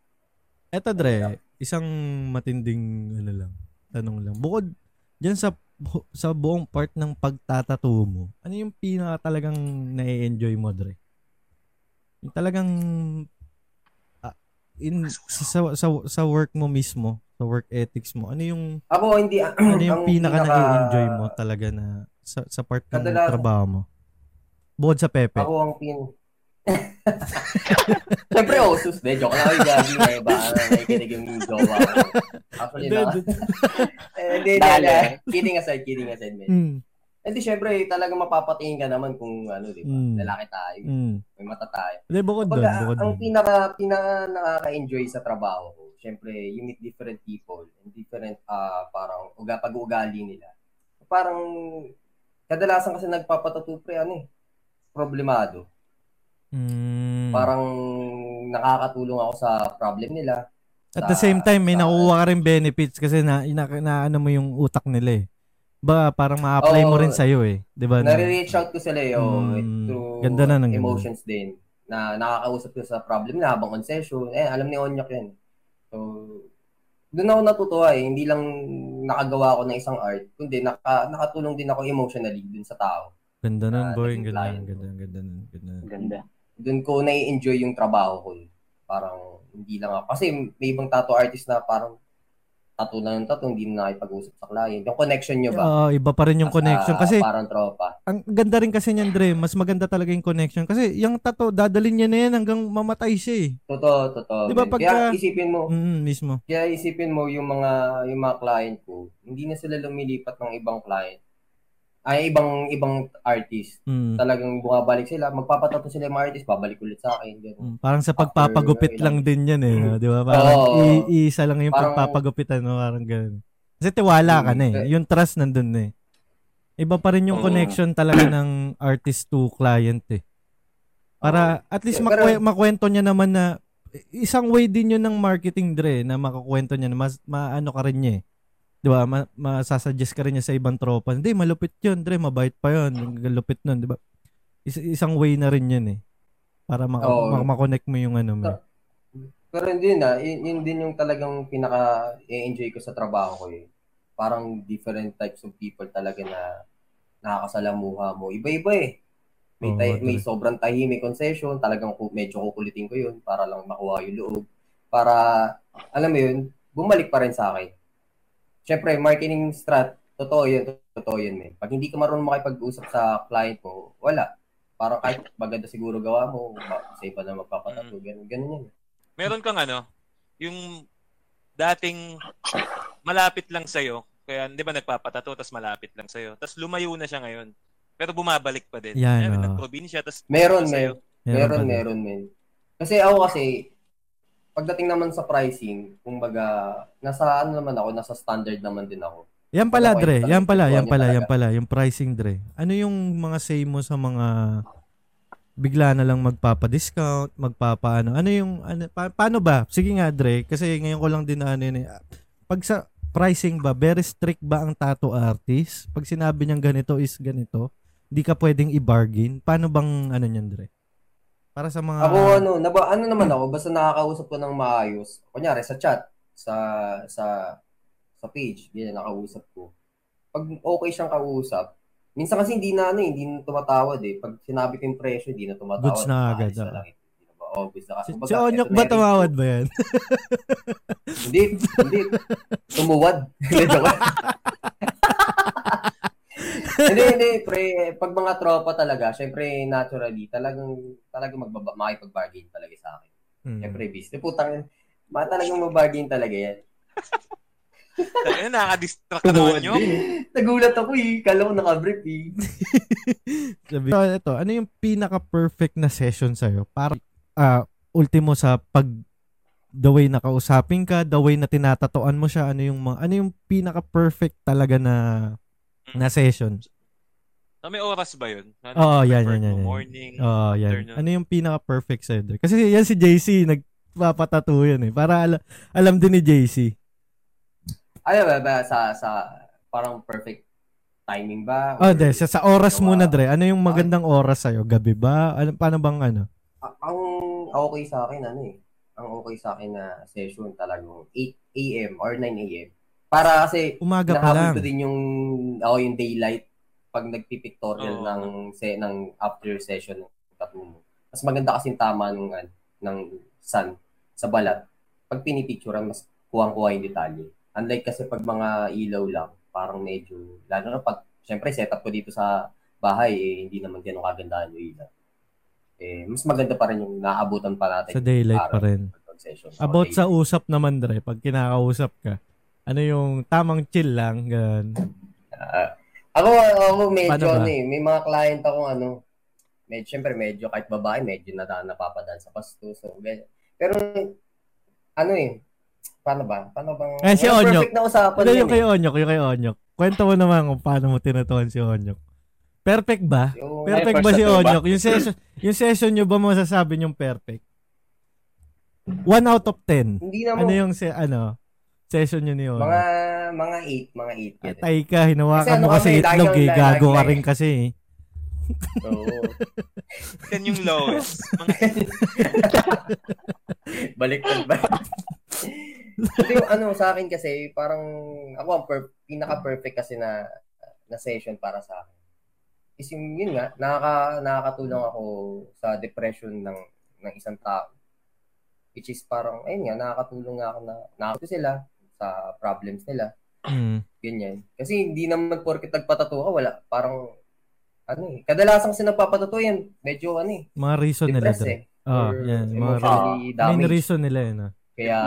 S2: Eto, Dre, isang matinding ano lang, tanong lang. Bukod diyan sa bu- sa buong part ng pagtatato mo, ano yung pinaka talagang nai-enjoy mo, Dre? Yung talagang ah, in sa, sa sa sa work mo mismo, sa work ethics mo, ano yung
S1: Ako, hindi.
S2: ano
S1: ang
S2: yung pinaka nai-enjoy mo talaga na sa, sa part ng
S1: Kadalasan-
S2: trabaho mo? Bukod sa Pepe.
S1: Ako ang pin... Siyempre, osus. De, joke lang. Ay, gabi na iba. Ano, nakikinig yung jowa ko. Actually,
S2: Hindi,
S1: na.
S2: hindi.
S1: Eh, Hindi, hindi,
S4: Dali.
S1: hindi. Kidding aside, kidding aside, man.
S2: Mm,
S1: Hindi, syempre, talagang mapapatingin ka naman kung ano, di ba?
S2: Mm.
S1: Lalaki tayo.
S2: mm.
S1: May mata tayo.
S2: Hindi, bukod doon,
S1: Kumbaga,
S2: bukod
S1: ang
S2: doon.
S1: pinaka, pinaka nakaka-enjoy sa trabaho ko, syempre, you meet different people and different ah parang uga, pag-uugali nila. Parang, kadalasan kasi nagpapatattoo pre, ano eh, problemado.
S2: Mm.
S1: Parang nakakatulong ako sa problem nila.
S2: At the
S1: sa-
S2: same time, may
S1: sa-
S2: nakuha ka rin benefits kasi na, na, na ano mo yung utak nila eh. Ba, parang ma-apply mo
S1: Oo.
S2: rin sa'yo eh. Di ba?
S1: Nare-reach out ko sila eh, oh,
S2: Mm,
S1: through
S2: ganda na ng ganda.
S1: emotions din. Na nakakausap ko sa problem na habang on session. Eh, alam ni Onyak yan. So, doon ako natutuwa eh. Hindi lang nakagawa ako ng isang art, kundi naka, nakatulong din ako emotionally dun sa tao.
S2: Ganda nun,
S1: Ah,
S2: boy.
S1: naging
S2: Ganda,
S1: client
S2: nun,
S1: mo.
S2: ganda, nun, ganda, nun, ganda. nun.
S4: Ganda.
S1: Doon ko nai-enjoy yung trabaho ko. eh. Parang hindi lang ako. Kasi may ibang tattoo artist na parang tattoo lang ng tattoo, hindi na nakipag-usap sa client. Yung connection nyo ba?
S2: Oo, iba pa rin yung
S1: As,
S2: connection.
S1: ah,
S2: Kasi,
S1: Parang tropa.
S2: ang ganda rin kasi niyan, Dre. Mas maganda talaga yung connection. Kasi, yung tato, dadalin niya na yan hanggang mamatay siya eh.
S1: Totoo, totoo.
S2: Di ba
S1: man.
S2: pagka-
S1: Kaya isipin mo,
S2: Mm, mismo.
S1: Kaya isipin mo yung mga yung mga client ko, hindi na sila lumilipat ng ibang client. Ay ibang ibang artist.
S2: Mm.
S1: Talagang bumabalik sila, magpapatato sila yung mga artist, babalik ulit sa akin. ganun.
S2: Mm, Parang sa pagpapagupit
S1: After
S2: lang din yan eh. no? Di ba? Parang
S1: Oo.
S2: i- isa lang yung
S1: Parang-
S2: pagpapagupitan. No? Parang ganun. Kasi tiwala ka na eh.
S1: Mm,
S2: Yung trust nandun na eh. Iba pa rin yung
S3: Oo.
S2: connection talaga ng artist to client eh. Para at least
S1: Yeah, Eh,
S2: makwe-
S1: pero-
S2: makwento niya naman na isang way din yun ng marketing dre na makakwento niya na mas maano ka rin niya eh. 'Di ba? Ma, masasuggest ka rin niya sa ibang tropa. Hindi malupit 'yun, dre, mabait pa 'yun. Ang Lupit nun, 'di ba? Is- isang way na rin 'yun eh. Para maka-
S1: Oo.
S2: ma- makonect mo yung ano mo. eh.
S1: Pero hindi na, yun, yun din yung talagang pinaka enjoy ko sa trabaho ko eh. Parang different types of people talaga na nakakasalamuha mo. Iba-iba eh. May,
S2: Oo,
S1: tay-
S2: totoo.
S1: may sobrang tahimik concession, talagang ku- medyo kukulitin ko yun para lang makuha yung loob. Para, alam mo yun, bumalik pa rin sa akin. Siyempre, marketing strat, totoo yun, totoo yun, men. Pag hindi ka marunong makipag-usap sa client mo, wala. Parang kahit maganda siguro gawa mo, ba- sa iba na magpapatato, ganun, ganun yun.
S3: Meron kang ano, yung dating malapit lang sa'yo, kaya di ba nagpapatato, tapos malapit lang sa'yo. Tapos lumayo na siya ngayon. Pero bumabalik pa din.
S2: Yan,
S3: Meron,
S2: oo.
S3: nagprobinsya, tapos
S1: Meron,
S3: sa'yo.
S1: meron. Meron,
S2: pa din.
S1: meron, men. Kasi ako kasi, pagdating naman sa pricing, kumbaga, nasa ano naman ako, nasa standard naman din ako.
S2: Yan pala,
S1: Ano po
S2: Dre.
S1: yung
S2: Yan pala, yan
S1: niya
S2: pala,
S1: talaga?
S2: yan pala. Yung pricing, Dre. Ano yung mga say mo sa mga bigla na lang magpapa-discount, magpapaano? Ano yung, ano, pa- paano ba? Sige nga, Dre. Kasi ngayon ko lang din na ano yun eh. Pag sa pricing ba, very strict ba ang tattoo artist? Pag sinabi niyang ganito is ganito, hindi ka pwedeng i-bargain. Paano bang ano niyan, Dre? Para sa mga...
S1: Ako ano, naba, ano naman ako, basta nakakausap ko ng maayos. Kunyari sa chat, sa sa sa page, ganyan nakausap ko. Pag okay siyang kausap, minsan kasi hindi na ano, eh, hindi na tumatawad eh. Pag sinabi ko yung presyo, hindi na tumatawad.
S2: Goods na agad,
S1: Aalis
S2: oo.
S1: lang eh. Di ba? obvious na.
S2: Si,
S1: Kumbaga,
S2: si
S1: eto
S2: Onyok
S1: na
S2: ba
S1: yung-
S2: tumawad ba yan?
S1: Hindi, hindi. Tumuwad. Joke lang. hindi, hindi, pre. Pag mga tropa talaga, syempre, naturally, talagang, talagang magbaba, makipag-bargain talaga sa akin.
S2: Hmm.
S1: Siyempre, business. Putang, mga talagang mabargain talaga yan.
S3: Ayun, nakaka-distract na
S4: Tumuwad
S3: nyo.
S4: din.
S1: Nagulat ako eh. Kala ko nakabrief eh.
S2: Sabi, so, ito, ano yung pinaka-perfect na session sa'yo? Para, ah, ultimo sa pag, the way na kausapin ka, the way na tinatatuan mo siya, ano yung, mga, ano yung pinaka-perfect talaga na, na session?
S3: So, may oras ba yun? Ano,
S2: Oo, yan, yan,
S3: prefer
S2: yan,
S3: mo?
S2: yan.
S3: Morning.
S2: Oo, yan.
S3: Afternoon.
S2: Ano yung pinaka-perfect sa'yo? Dre? Kasi yan si JC, nagpapatato yun eh. Para ala- alam din ni JC.
S1: Ano ba, ba sa, sa, parang perfect timing ba?
S2: Oh,
S1: Or-
S2: de, sa, sa oras
S1: Ano ba?
S2: muna, Dre. Ano yung magandang oras sa'yo? Gabi ba? Ano, paano bang ano?
S1: A- ang okay sa akin, ano eh. Ang okay sa akin na session talagang 8 a.m. or 9 a.m. Para kasi
S2: Umaga pa
S1: nahabol
S2: lang.
S1: ko din yung, ako yung daylight pag nagpipictorial
S3: Oo.
S1: ng, se, ng after session ng tattoo mo. Mas maganda kasi tama nung, an- ng sun sa balat. Pag pinipicturean, mas kuwang-kuha yung detalye. Unlike kasi pag mga ilaw lang, parang medyo, lalo na pag, syempre setup ko dito sa bahay, eh, hindi naman ganun kagandahan yung ilaw. Eh, mas maganda pa rin yung naabutan pa natin.
S2: Sa daylight pa rin.
S1: Pag session.
S2: About
S1: Okay.
S2: sa usap naman, Dre, pag kinakausap ka, ano yung tamang chill lang, ganun.
S1: Ah, ako, ako medyo
S2: Paano ba?
S1: ano eh, may mga client ako ano, medyo, syempre medyo kahit babae, medyo na, napapadaan sa pasto. So, ganyan. Pero, ano eh, paano ba? Paano bang,
S2: Eh, si
S1: Walang
S2: Onyok.
S1: perfect na usapan
S2: Ano
S1: yan
S2: yung
S1: eh.
S2: kay Onyok, yung kay Onyok. Kwento mo naman kung paano mo tinatuan si Onyok. Perfect ba?
S1: Yung-
S2: Perfect
S4: Ay,
S2: ba si
S4: first na to ba?
S2: Onyok? Yung session, yung session nyo ba masasabi yung perfect? One out of ten.
S1: hindi naman,
S2: Ano yung se, ano, session nyo ni
S1: mga,
S2: Onyok?
S1: mga 8, mga 8
S2: Mga... Tay ka,
S1: Kasi
S2: hinawakan mo
S1: ano
S2: kasi
S1: kami, lagi
S2: itlog
S1: kami
S2: eh.
S1: lag-
S2: Gago ka
S1: lag-
S2: rin kasi eh.
S1: Oo.
S3: Yan yung lowest. Mga
S1: Baliktad ba? Hindi, yung ano, sa akin kasi, parang, ako ang per- pinaka-perfect kasi na, na session para sa akin. Is yung, yun nga, nakaka, nakakatulong ako sa depression ng, ng isang tao. Which is parang, ayun nga, nakakatulong nga ako na, nakakatulong sila sa problems nila.
S2: Mm.
S1: Ganyan. Kasi hindi naman porket nagpatato ka, wala. Parang, ano eh. Kadalasan kasi nagpapatato yan, medyo ano eh,
S2: Mga reason nila.
S1: depressed
S2: Dre.
S1: eh.
S2: Oh,
S1: Or
S2: yan. Mga Ah, reason.
S1: emotionally
S2: Main
S1: damaged.
S2: reason nila yun. ah.
S1: Kaya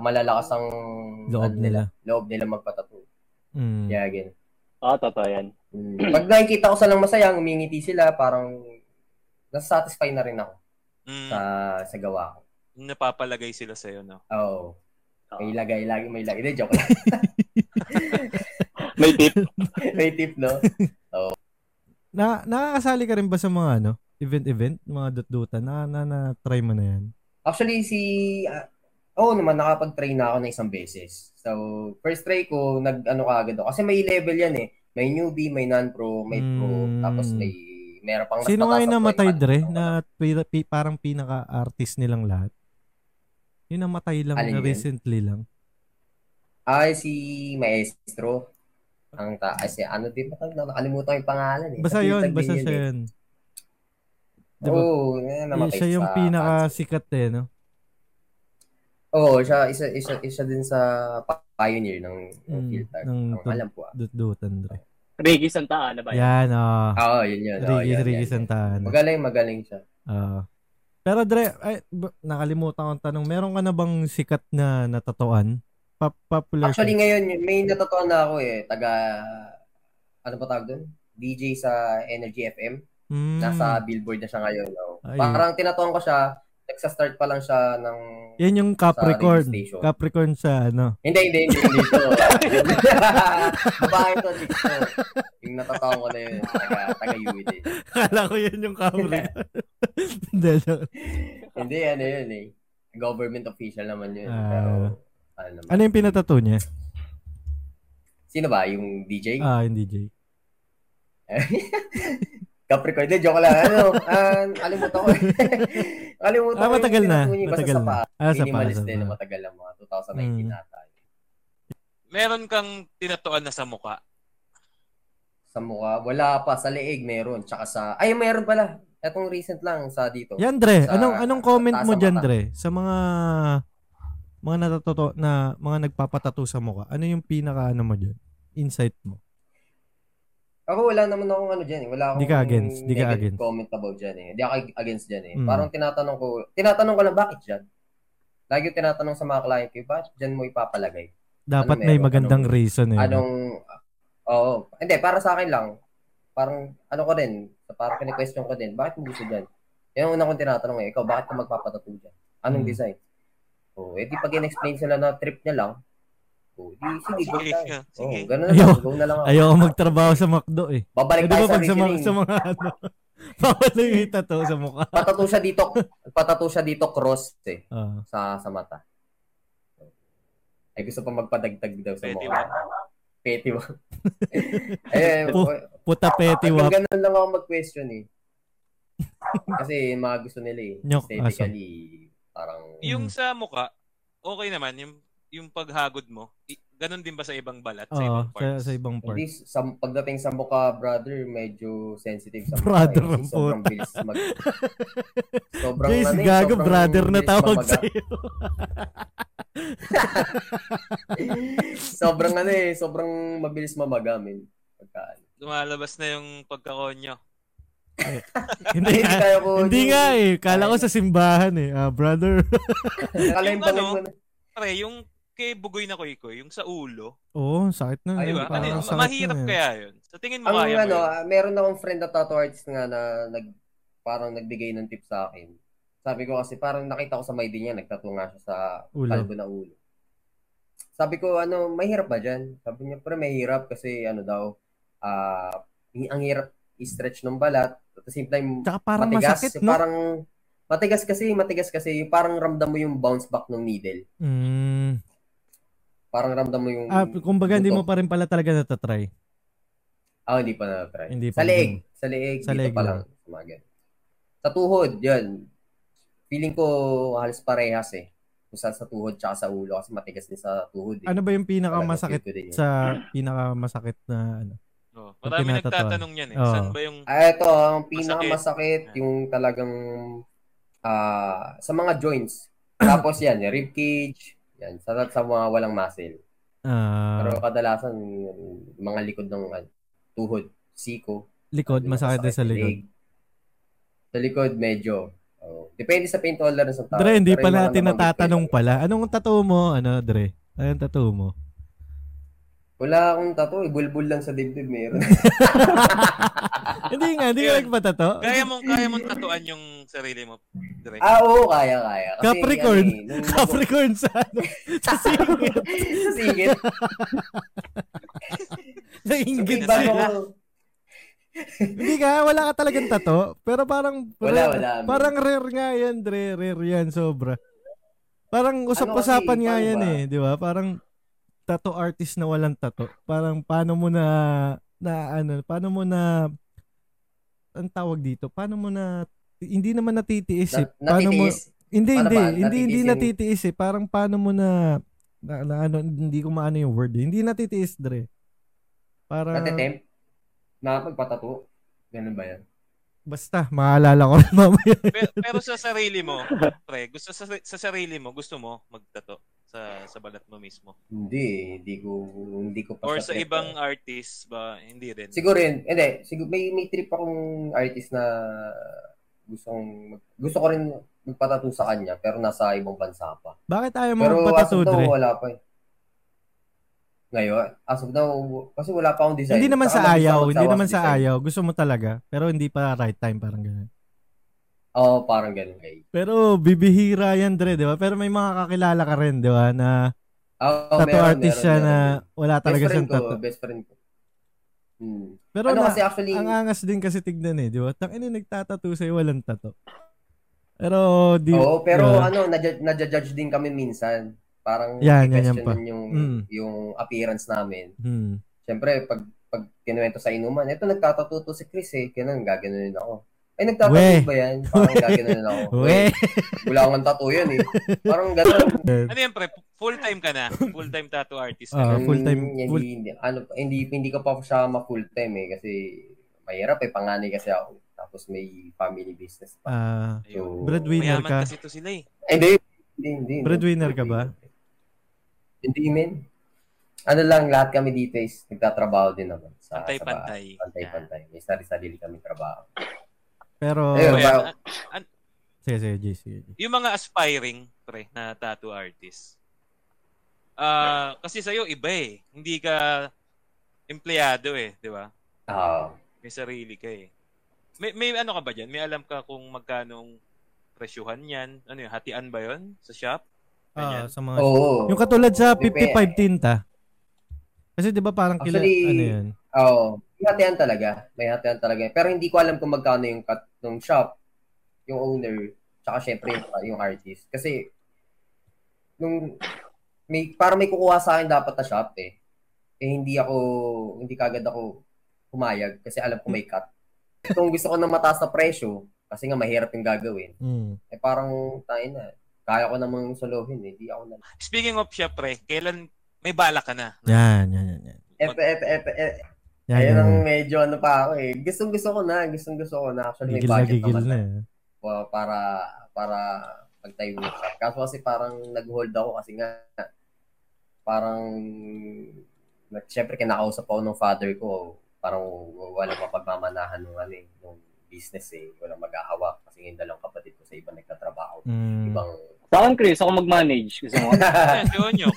S1: malalakas ang
S2: Loob
S1: ano
S2: nila.
S1: Loob nila magpatato.
S2: Mm.
S1: Kaya ganun.
S4: Oo, totoo yan.
S1: Mm. Pag nakikita ko silang masaya, ngumingiti sila, parang nasasatisfy na rin ako
S3: mm,
S1: sa sa gawa ko.
S3: napapalagay sila sa'yo, no?
S1: Oo.
S4: Oo.
S1: May lagay lagi, may lagay. Hindi, joke lang.
S4: May tip.
S1: may tip, no?
S2: Na nakakasali ka rin ba sa mga ano, event event, mga dutdutan? Na na, na try mo na 'yan.
S1: Actually, si... ah, Oo naman, nakapag-try na ako na isang beses. So, first try ko, nag-ano ka agad ako. Kasi may level yan eh. May newbie, may non-pro, may pro,
S2: Mm.
S1: tapos may... Meron pang mas
S2: Sino nga
S1: mataas
S2: yung
S1: na
S2: namatay
S1: point.
S2: dre na pi- pi- parang pinaka-artist nilang lahat? Yung namatay lang
S1: Alin
S2: na
S1: yun?
S2: recently lang.
S1: Ay, si Maestro. Ang ta kasi ano din ba tawag na nakalimutan ko yung pangalan eh.
S2: Basta
S1: Nakita
S2: 'yon,
S1: din
S2: basta
S1: yun
S2: siya
S1: eh.
S2: 'yun. Diba?
S1: Oo, eh,
S2: Yung
S1: namatay
S2: siya yung
S1: sa cancer.
S2: pinaka-sikat eh, no?
S1: Oo, siya isa isa isa din sa pioneer ng, ng
S2: Mm,
S1: field art.
S2: ng
S1: Ang
S2: tag-
S1: alam ko ah.
S2: Dutdutan dre.
S4: Ricky Santa Ana ba yan?
S2: Yan, oh.
S1: Oo, yun yun. Oo,
S2: Ricky,
S1: yun,
S2: Ricky
S1: yun, yun.
S2: Santana.
S1: Magaling, magaling siya.
S2: Ah. pero Dre, ay, ba- nakalimutan kong tanong. Meron ka na bang sikat na natatuan? Pa- popular
S1: Actually
S2: ka?
S1: ngayon, yun, may natutunan na ako eh, taga ano pa tawag doon? DJ sa Energy FM.
S2: Mm.
S1: Nasa Billboard na siya ngayon. no?
S2: Ay.
S1: Parang tinatuan ko siya, nagsa-start pa lang siya ng
S2: Yan yung Capricorn.
S1: Sa radio station.
S2: Capricorn sa ano.
S1: Hindi, hindi, hindi, hindi ito. Babae to, chicks to. Yung natatawang ko na yun, taga, taga UED.
S2: Kala ko yan yung Capricorn. Hindi, joke.
S1: Hindi, ano yun eh. Government official naman yun.
S2: Ah.
S1: pero, ano, naman.
S2: ano yung pinatato niya?
S1: Sino ba? Yung DJ?
S2: Ah, yung DJ.
S1: Capricorn. Hindi, joke lang. Ano? Uh, alimutan ko. alimutan
S2: Ah,
S1: ko. yung
S2: matagal na.
S1: tinatuan niya, basta
S2: Matagal
S1: sa
S2: na.
S1: paa.
S2: Ah, sa pa.
S1: Minimalist
S2: Sa
S1: din.
S2: pa.
S1: Matagal na mga 2019
S2: Mm.
S1: nata.
S3: Meron kang tinatuan na sa muka.
S1: Sa mukha. Wala pa. Sa leeg meron. Tsaka sa... Ay, meron pala. Etong recent lang sa dito.
S2: Yan Dre,
S1: Sa-
S2: anong anong comment mo
S1: sa
S2: diyan
S1: mata.
S2: Dre sa mga mga natatoto na mga nagpapatato sa mukha? Ano yung pinaka ano mo diyan? Insight mo.
S1: Ako wala naman akong ano dyan eh. Wala akong
S2: Di ka against, di ka
S1: negative
S2: against.
S1: comment about dyan eh. Di ako ag- against dyan eh.
S2: Mm.
S1: Parang tinatanong ko, tinatanong ko lang bakit dyan? Lagi ko tinatanong sa mga client ko, bakit dyan mo ipapalagay?
S2: Dapat
S1: Ano
S2: may
S1: meron?
S2: magandang reason eh.
S1: Anong, oo. Hindi, para sa akin lang. Parang, ano ko rin, parang kine-question ko din, bakit mo gusto dyan? Yan ang una kong tinatanong eh, ikaw, bakit ka magpapatato dyan? Anong
S2: Mm.
S1: design? O, eh di pag in-explain sila na trip niya lang, o, di, sige, go
S3: Sige,
S1: tayo. Oo,
S3: sige.
S1: ganun na
S2: Ayaw.
S1: lang, go na lang ako.
S2: Ayoko magtrabaho sa McDo eh.
S1: Babalik
S2: Pwede
S1: tayo
S2: ba
S1: sa
S2: pag sa mga,
S1: reasoning.
S2: sa mga ano? Bawal na yung tattoo sa mukha.
S1: Patato siya dito, patato siya dito cross eh,
S2: Ah.
S1: sa sa mata. Ay gusto pa magpadagdag daw sa
S3: Petty
S1: mukha. Petty ba? eh,
S2: Po- puta petty
S1: hanggang
S2: wap.
S1: ganun lang ako mag-question eh. Kasi yung mga gusto nila eh.
S2: Nyok,
S1: Aesthetically, parang...
S3: Yung sa muka, okay naman yung yung paghagod mo. I- ganun din ba sa ibang balat,
S2: Oo,
S3: sa
S2: Ah,
S3: ibang
S2: sa,
S3: parts?
S2: sa ibang part.
S1: Hindi, sa, pagdating sa mukha, brother, medyo sensitive sa mukha.
S2: Brother
S1: eh. Kasi
S2: ang
S1: Sobrang
S2: puta.
S1: bilis mag... Sobrang
S2: Jace,
S1: ano eh,
S2: gago
S1: sobrang
S2: brother na
S1: bilis
S2: tawag
S1: mamaga.
S2: sa'yo.
S1: sobrang ano eh, sobrang mabilis mamaga, men. Pagkaan.
S3: Lumalabas na yung pagkakonyo.
S1: Hindi
S2: hindi, nga-
S1: kaya ko.
S2: hindi nga eh. Kala ko sa simbahan eh. Ah, brother.
S1: Akala yung
S3: Yung
S1: pangin
S3: ano,
S1: mo na.
S3: Pare, yung kay Bugoy na Koykoy, yung sa ulo,
S2: Oo, sakit eh. na.
S1: Ay,
S3: di
S1: Ayun,
S3: ba?
S1: parang
S3: Ano,
S1: sakit
S3: mahirap kaya yun. Sa tingin mo
S1: Ang
S3: kaya mo
S1: ano,
S3: yun?
S1: ah, meron akong friend na tattoo artist nga na nag, parang nagbigay ng tip sa akin. Sabi ko kasi parang nakita ko sa Maydin niya, nagtattoo nga siya sa
S2: Ulo.
S1: kalbo na ulo. Sabi ko, ano, mahirap ba dyan? Sabi niya, pero mahirap kasi ano daw, ah ang ang hirap i-stretch ng balat. At the same time,
S2: Tsaka eh, parang
S1: matigas.
S2: masakit,
S1: Yung
S2: no?
S1: Parang matigas kasi, matigas kasi. yung Parang ramdam mo yung bounce back ng needle.
S2: Mm.
S1: Parang ramdam mo yung...
S2: Ah, kumbaga hindi mo
S1: buto.
S2: pa rin pala talaga natatry.
S1: Ah, hindi pa na-try.
S2: Hindi
S1: sa
S2: pa.
S1: leeg. Sa leeg.
S2: Sa
S1: dito
S2: leeg
S1: pa
S2: lang.
S1: lang. Mga ganun. Sa tuhod, yun. Feeling ko halos parehas eh. Kung sa, sa tuhod tsaka sa ulo kasi matigas din sa tuhod eh.
S2: Ano ba yung
S1: Talagang
S2: pinakamasakit
S1: feel ko din yun.
S2: sa pinakamasakit na ano?
S3: Oh,
S2: Pag
S3: marami
S2: tinatatawan.
S3: nagtatanong yan eh.
S2: Oo.
S3: Saan ba yung...
S1: Ah, ito, ang pinakamasakit,
S3: Masakit.
S1: yung talagang ah sa mga joints. Tapos yan, yung rib cage, yan, sa, sa mga walang muscle.
S2: Ah,
S1: Pero kadalasan, yung mga likod ng ano, tuhod, siko.
S2: likod,
S1: yung
S2: masakit din sa likod.
S1: leg. Sa likod, medyo. Oh. Depende sa pain tolerance ng tao.
S2: Dre, hindi
S1: Pero yung
S2: pa
S1: mga
S2: natin
S1: namamig
S2: natatanong
S1: pain
S2: pala. Anong tattoo mo? Ano, Dre? Anong tattoo mo?
S1: tolerance. Wala akong tattoo. eh. Bulbul lang sa dibdib. Meron.
S2: hindi nga, hindi ka
S3: Yun.
S2: nagpatato.
S3: Kaya mong, kaya mong tatuan yung sarili mo, Dre.
S1: ah, oo. Kaya, kaya. Kasi,
S2: Capricorn.
S1: ano eh, nung-
S2: Capricorn sa ano? sa singit.
S1: Sa singit.
S2: Nainggit
S1: Bago
S2: sila.
S1: ako-
S2: Hindi ka, wala ka talagang tato. Pero parang,
S1: Wala,
S2: parang-
S1: wala, man.
S2: parang rare nga yan, Dre. Rare yan, sobra. Parang usap-usapan
S1: Ano kasi,
S2: nga
S1: paano
S2: yan
S1: ba?
S2: eh, di ba? Parang tato artist na walang tato. Parang paano mo na, na ano, paano mo na, ang tawag dito, paano mo na, hindi naman natitiis eh.
S1: Na,
S2: Paano mo,
S1: natitiis.
S2: hindi,
S1: Paano
S2: hindi,
S1: ba?
S2: hindi, hindi
S1: Natitiis yung-
S2: natitiis eh. Parang paano mo na, na, na ano, hindi ko maano yung word eh. Hindi natitiis, Dre. Parang,
S1: Natitempt. Nakapagpatato. Ganun ba yan?
S2: basta, maalala ko rin mamaya.
S3: Pero, pero sa sarili mo, Dre, gusto sa, sa sarili mo, gusto mo magtato sa sa balat mo mismo.
S1: Hindi. eh. Hindi ko, hindi ko pa
S3: Or sa
S1: trip.
S3: ibang artist ba, hindi rin.
S1: Siguro yun. Hindi. Siguro, may, may trip akong artist na gustong, mag- gusto ko rin magpatato sa kanya pero nasa ibang bansa pa.
S2: Bakit ayaw mo
S1: Pero as
S2: magpatato,
S1: of now,
S2: Dre?
S1: wala pa eh. Ngayon, as of now, kasi wala pa akong design.
S2: Hindi naman
S1: Saka
S2: sa
S1: mabilis
S2: ayaw,
S1: ako eh.
S2: hindi
S1: magsawa
S2: naman sa
S1: design.
S2: ayaw. Gusto mo talaga, pero hindi pa right time, parang ganun.
S1: Oo, parang ganun kayo.
S2: Pero bibihira yan, Dre, di ba? Pero may mga kakilala ka rin, di ba? Na
S1: Oh,
S2: tattoo artist siya na wala talaga
S1: best friend
S2: siyang
S1: ko,
S2: tattoo.
S1: best friend ko. Hmm.
S2: Pero
S1: Ano
S2: na,
S1: kasi actually,
S2: ang angas din kasi tignan eh, di ba? Tang ina nagtatato sa'yo, walang tato. Pero di...
S1: oo, pero
S2: di ba?
S1: ano, nadja- nadja-judge din kami minsan. Parang
S2: Yan, yan, yan
S1: i-questionan
S2: pa.
S1: yung,
S2: Mm.
S1: yung appearance namin.
S2: Hmm.
S1: Siyempre, pag pag kinuwento sa inuman, eto nagtatato to si Chris eh, ganun, gaganunin ako. Ay, nagtatato
S2: Weh.
S1: ba yan? Parang gaganunin ako.
S2: Weh.
S1: Wala akong tattoo yan eh. Parang ganun.
S3: Ano yan, pre? Full-time ka na. Full-time tattoo artist ka.
S2: Ah,
S1: Mm,
S2: full-time,
S1: Hindi,
S2: full-
S1: hindi, ano, hindi, hindi ko pa siya ma-full time eh kasi mahirap eh, panganay kasi ako. tapos may family business pa.
S2: Ah,
S1: So,
S2: breadwinner
S3: Mayaman
S2: ka.
S3: kasi to sila eh.
S1: Eh, Hindi, hindi, hindi.
S2: Breadwinner ka ba?
S1: Hindi, men. Ano lang, lahat kami dito is nagtatrabaho din naman. Sa, Ah, sa bahay.
S3: Pantay-pantay.
S1: Pantay-pantay. May sarili-sarili kami trabaho.
S2: pero
S1: Ayun,
S3: Kaya, ah,
S1: ba-
S2: sige sige JC, sige.
S3: yung mga aspiring pre na tattoo artist. Ah, kasi sa'yo iba eh. Hindi ka empleyado eh, 'di ba?
S1: Ah,
S3: May sarili ka eh. May may ano ka ba diyan? May alam ka kung magkano ang presyuhan niyan? Ano yun, hatian ba 'yon sa shop?
S2: Ah,
S3: Ganyan.
S2: sa mga
S1: oo.
S2: Yung katulad
S1: Oh,
S2: sa
S1: Depende.
S2: 55 tinta. Kasi 'di ba parang kila
S1: Actually,
S2: ano 'yun?
S1: Ah, Oo. May hatian talaga. May hatian talaga. Pero hindi ko alam kung magkano yung cut ng shop, yung owner, tsaka syempre yung, yung artist. Kasi, nung, may, para may kukuha sa akin dapat na shop eh. Eh hindi ako, hindi kagad ako pumayag kasi alam ko may cut. Kung gusto ko ng mataas na presyo, kasi nga mahirap yung gagawin,
S2: Mm.
S1: eh parang tayo na. Kaya ko namang solohin eh. Hindi ako na.
S2: Ah.
S3: Speaking of shop pre, kailan may bala ka na?
S2: Yan, yan, yan, yan.
S1: Eh, eh, eh, eh, Ayun
S2: Yan, yan,
S1: ang
S2: yan.
S1: medyo ano pa ako eh. Gustong gusto ko na, gustong gusto ko na. Actually, may
S2: Gigil na
S1: budget
S2: gigil
S1: naman
S2: na. eh.
S1: na. Pa- Para, para pagtayo ng shop. Kaso kasi parang nag-hold ako kasi nga, parang, na- syempre kinakausap ako ng father ko. Parang wala mapagmamanahan ng ano eh, ng business eh. Walang mag-ahawak kasi yung dalawang kapatid ko sa ibang nagtatrabaho.
S2: Mm.
S1: Ibang,
S4: Sa akin, Chris, ako mag-manage. Gusto mo?
S3: Yan, si Onyok.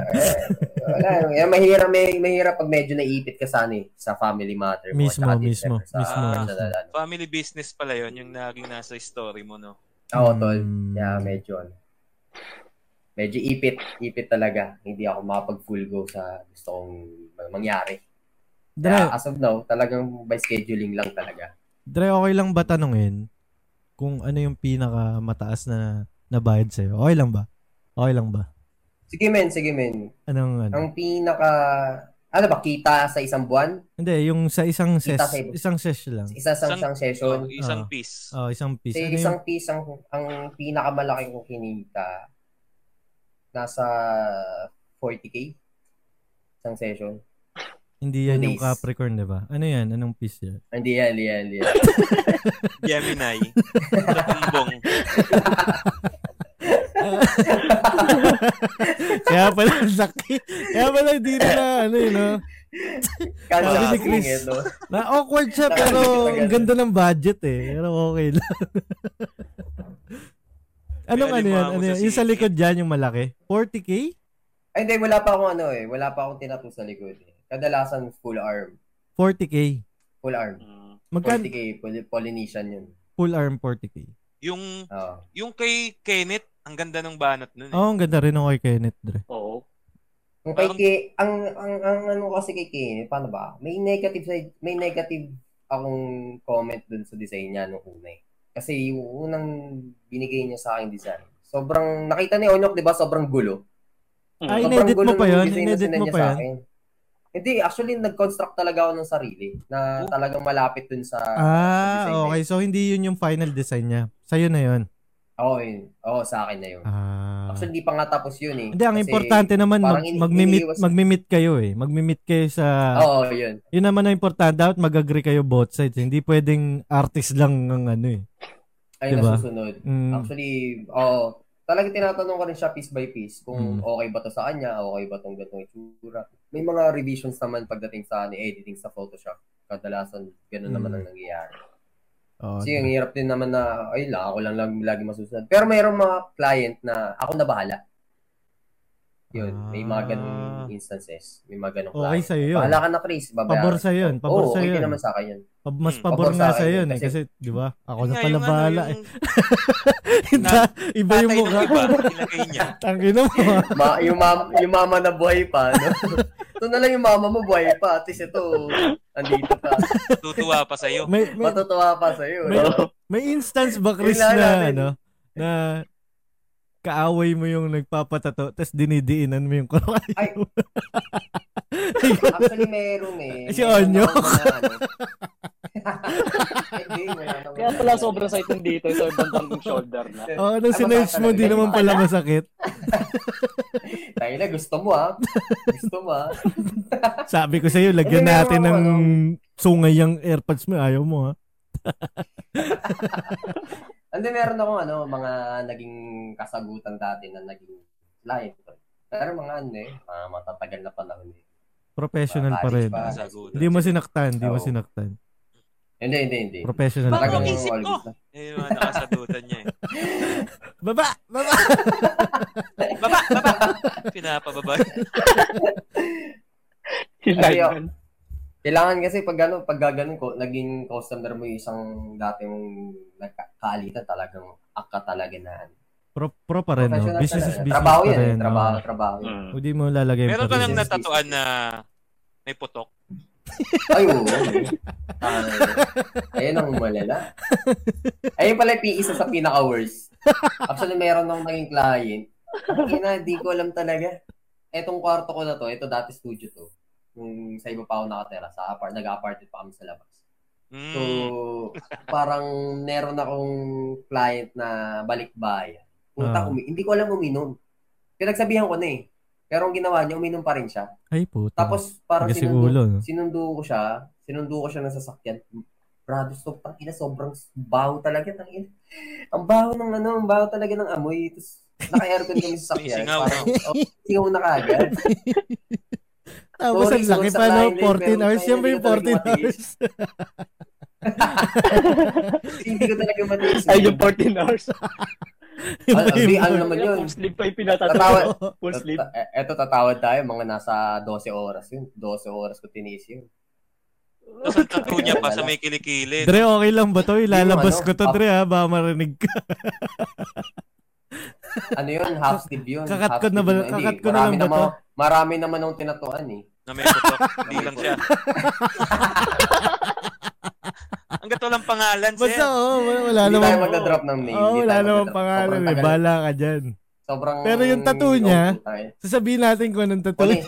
S1: wala. eh, mahirap, may, mahirap pag medyo naipit ka sana eh, sa family matter. mo,
S2: Mismo,
S1: at saka din,
S2: mismo,
S1: syempre, sa-
S3: mismo,
S1: sa-
S2: mismo.
S1: sa-
S3: Family business pala 'yon, yung naging nasa story mo no.
S1: Oo, tol.
S2: Mm.
S1: Kaya medyo ano. Medyo ipit, ipit talaga. Hindi ako makapag full go sa gusto kong mangyari.
S2: Dre,
S1: Kaya as of now, talagang by scheduling lang talaga.
S2: Dre, okay lang ba tanongin kung ano yung pinaka mataas na nabayad sa'yo? Okay lang ba? Okay lang ba?
S1: Sige men, sige men.
S2: Anong ano?
S1: Ang pinaka, ano ba, kita sa isang buwan?
S2: Hindi, yung sa isang ses,
S1: Kita sa'yo.
S2: isang ses lang.
S1: Isa sa isang
S3: So,
S1: session?
S3: isang
S2: Ah.
S3: piece.
S2: Oh, isang piece.
S1: Sa
S2: Ano yung,
S1: isang piece, ang, ang pinakamalaki kong kinita, nasa 40k? Isang session?
S2: hindi yan yung
S1: days.
S2: Capricorn, di ba? Ano yan? Anong piece yan?
S1: Hindi yan, hindi yan, hindi yan.
S3: Gemini. Tumbong.
S2: Kaya pala, ang laki. Kaya pala, hindi na, na ano yun, no?
S1: Kaya
S2: Sabi ni
S1: sabi
S2: Chris.
S1: ngayon, eh, no?
S2: Na awkward siya, pero ang ganda ng budget eh. Pero okay lang. Anong
S3: Kaya
S2: ano yan?
S3: limahan
S2: Ano
S3: mo sa
S2: yan? Yung sa
S3: sisig.
S2: likod dyan, yung malaki. 40k?
S1: Ay, hindi, wala pa akong ano eh. Wala pa akong tinato sa likod eh. Kadalasan full arm.
S2: 40k.
S1: Full arm.
S4: Mm.
S2: Magkano?
S1: 40k, Poly- Polynesian yun.
S2: Full arm 40k.
S3: Yung
S1: Oo.
S3: Yung kay Kenneth, ang ganda ng banat nun. Eh.
S2: Oo, Oh, ang ganda rin ako kay Kenneth Dre.
S4: Oo.
S1: Kung kay
S3: Parang-
S1: K, ang, ang, ang ano kasi kay K, paano ba? May negative side, may negative akong comment dun sa design niya nung una eh. Kasi yung unang binigay niya sa akin design, sobrang, nakita ni Onyok, di ba, sobrang gulo.
S4: Mm.
S2: Ay,
S1: Sobrang
S2: inedit
S1: gulo
S2: mo pa
S1: ng
S2: yun?
S1: design na
S2: Inedit mo
S1: sinanya
S2: pa
S1: sa
S2: yun?
S1: akin. Hindi, actually, nag-construct talaga ako ng sarili na
S3: Oh.
S1: talagang malapit dun sa...
S2: Ah,
S1: design
S2: okay. So, hindi yun yung final design niya. Sa'yo na yun.
S1: Oo, yun. Oo, sa akin na yun.
S2: Ah.
S1: Actually, di pa nga tapos yun eh.
S2: Hindi, ang
S1: Kasi-
S2: importante naman, mag,
S1: parang ini-
S2: magmi-meet,
S1: iniiwas-
S2: magmi-meet kayo eh. Magmi-meet kayo sa...
S1: Oo, yun.
S2: Yun naman ang importante. Dapat mag-agree kayo both sides. Hindi pwedeng artist lang ang ano eh.
S1: Ay,
S2: Diba?
S1: nasusunod.
S2: Mm.
S1: Actually, oo. Talagang tinatanong ko rin siya piece by piece kung
S2: Mm.
S1: okay ba to sa kanya, okay ba tong ganitong itsura. May mga revisions naman pagdating sa ano, editing sa Photoshop. Kadalasan, ganun
S2: Mm. diba?
S1: naman ang nangyayari.
S2: Oo,
S1: Kasi ang hirap din naman na, ay lang, ako lang, lang lagi masusunod. Pero mayroong mga client na ako na bahala. Yun, may mga ganung
S2: Ah.
S1: instances. May mga ganung
S2: Okay
S1: client.
S2: sa'yo yun.
S1: Bahala ka na, Chris. Babayaran.
S2: Pabor sa'yo yun, pabor
S1: Oo,
S2: sa'yo
S1: okay
S2: yun.
S1: naman sa akin yun.
S2: Pab- mas
S3: Hmm.
S2: pabor
S1: Pabor sa
S2: nga sa
S1: akin
S2: yun
S1: yun
S2: eh. Kasi, di ba? Ako na
S3: Yun nga,
S2: pala
S3: yung ano,
S2: bahala eh.
S3: yung
S2: Iba, iba yung
S3: tatay ng
S2: mukha.
S3: iba, nilagay niya.
S2: Tangin mo. ah.
S1: Ma, yung, mama, yung mama na buhay pa. No? ito na lang yung mama mo buhay pa. At least ito, andito pa.
S3: Tutuwa pa sa'yo.
S2: May, may,
S1: Matutuwa pa sa'yo. May,
S2: May-
S4: Oo.
S2: may instance ba, Chris,
S1: Kilala
S2: na,
S1: rin.
S2: ano, na kaaway mo yung nagpapatato tapos dinidiinan mo yung kamay.
S1: Ay. Actually, meron eh.
S2: Si
S1: Meron
S2: Onyok.
S1: ako mga ano. Hindi, wala Oh. naman.
S4: Kaya pala sobrang sakit ng dito. Ito, bandang yung shoulder na.
S2: Oo, nung
S1: Ay,
S2: sinerge mo,
S1: masasalamin
S2: di
S1: ka.
S2: naman pala masakit.
S1: Tayo na, gusto mo ah. Gusto mo ah.
S2: Sabi ko sa'yo, lagyan
S1: Hindi, meron
S2: natin
S1: ako,
S2: ng
S1: ano.
S2: sungay yung airpods mo. Ayaw mo, ha?
S1: And then meron akong ano, mga naging kasagutan dati na naging client. Pero mga ano eh, mga matatagal na panahon eh.
S2: Professional pa rin.
S1: Ah,
S3: Sagutan.
S2: Hindi mo sinaktan, hindi mo
S1: Oo.
S2: sinaktan.
S1: Hindi, hindi, hindi.
S2: Professional
S3: Baka
S2: pa
S1: Matagal
S3: okay,
S2: rin.
S1: yung
S3: isip ko.
S1: always na.
S3: Eh, yung mga nakasagutan niya eh.
S2: Baba! Baba!
S3: Baba! Baba! Pinapababa.
S1: Ayun.
S4: Hilayan.
S1: Kailangan kasi pag ano, pag gaganon ko, naging customer mo yung isang dati mong nagkaalitan talagang akka talaga na. ano.
S2: Pro, pro pa rin, no?
S1: Professional
S2: Business is
S1: talaga.
S2: business
S1: Trabaho
S2: pa
S1: yan, eh.
S2: rin.
S1: trabaho,
S2: no?
S1: trabaho.
S4: Mm.
S2: Hindi mo lalagay pa
S3: Meron ka
S2: rin.
S3: ng natatuan na may putok.
S1: Ay, oo. Ah, ayun ang malala. Ayun pala yung isa sa pinaka-worst. Actually, meron akong naging client. Ina, di ko alam talaga. Etong kwarto ko na to, ito dati studio to. Yung sa iba pa ako nakatera, sa apart, nag-apartment pa kami sa labas. So,
S3: Mm.
S1: parang meron akong client na balikbayan. Punta,
S2: Ah.
S1: umi- hindi ko alam uminom. Pinagsabihan ko na eh. Pero ang ginawa niya, uminom pa rin siya.
S2: Ay, puto.
S1: Tapos, parang
S2: Kasi
S1: sinundo
S2: ulo, Ah. no?
S1: sinundo ko siya, sinundo ko siya ng sasakyan. Brado, so, tangina, sobrang baho talaga, tangina. Ang baho ng ano, ang baho talaga ng amoy. Tapos, naka-aircon kami sa sasakyan.
S3: Singaw,
S1: Parang, oh, singaw na kagad.
S2: Tapos ang
S1: sorry,
S2: laki
S1: sorry,
S2: pa,
S1: sa
S2: no?
S1: client, eh,
S2: 14
S1: pero
S2: hours.
S1: tayo,
S2: Siyempre
S1: hindi ko
S2: yung
S1: talaga
S2: 14 hours.
S1: matiis. Hindi ko talaga matiis.
S4: Ay, yung 14 hours.
S2: Yung
S1: Al-
S2: iba-
S1: ano naman yun?
S4: Full sleep pa yung
S1: Tatawa.
S4: pinatatawa. Full
S1: Tat-
S4: sleep.
S1: eh, Eto, tatawad tayo. Mga nasa 12 oras yun. 12 oras ko tiniis yun.
S3: Tapos ang tattoo niya pa sa may kilikilid.
S2: Dre, okay lang ba to? Ilalabas
S1: ano,
S2: ko to,
S1: up-
S2: Dre, ha? Baka marinig ka.
S1: Ano yun? Half sleeve yun.
S2: Kakat
S1: half
S2: ko na ba-
S1: sleeve yun. Hindi,
S2: kakat ko na
S1: marami
S2: lang ba
S1: naman- Marami naman akong tinatuan eh.
S3: na may putok. Hindi lang siya. Ang gato lang pangalan,
S2: Basta,
S3: sir.
S2: oo, wala, wala
S1: Hindi
S2: naman.
S1: tayo magdadrop ng name. Hindi
S2: Oo, oh,
S1: tayo
S2: wala naman
S1: magdadrop.
S2: pangalan.
S1: Sobrang
S2: Eh.
S1: tagal.
S2: Bala ka dyan.
S1: Sobrang...
S2: Pero yung tattoo niya, Sasabihin natin kung anong
S1: Ano
S2: tattoo.
S1: eh?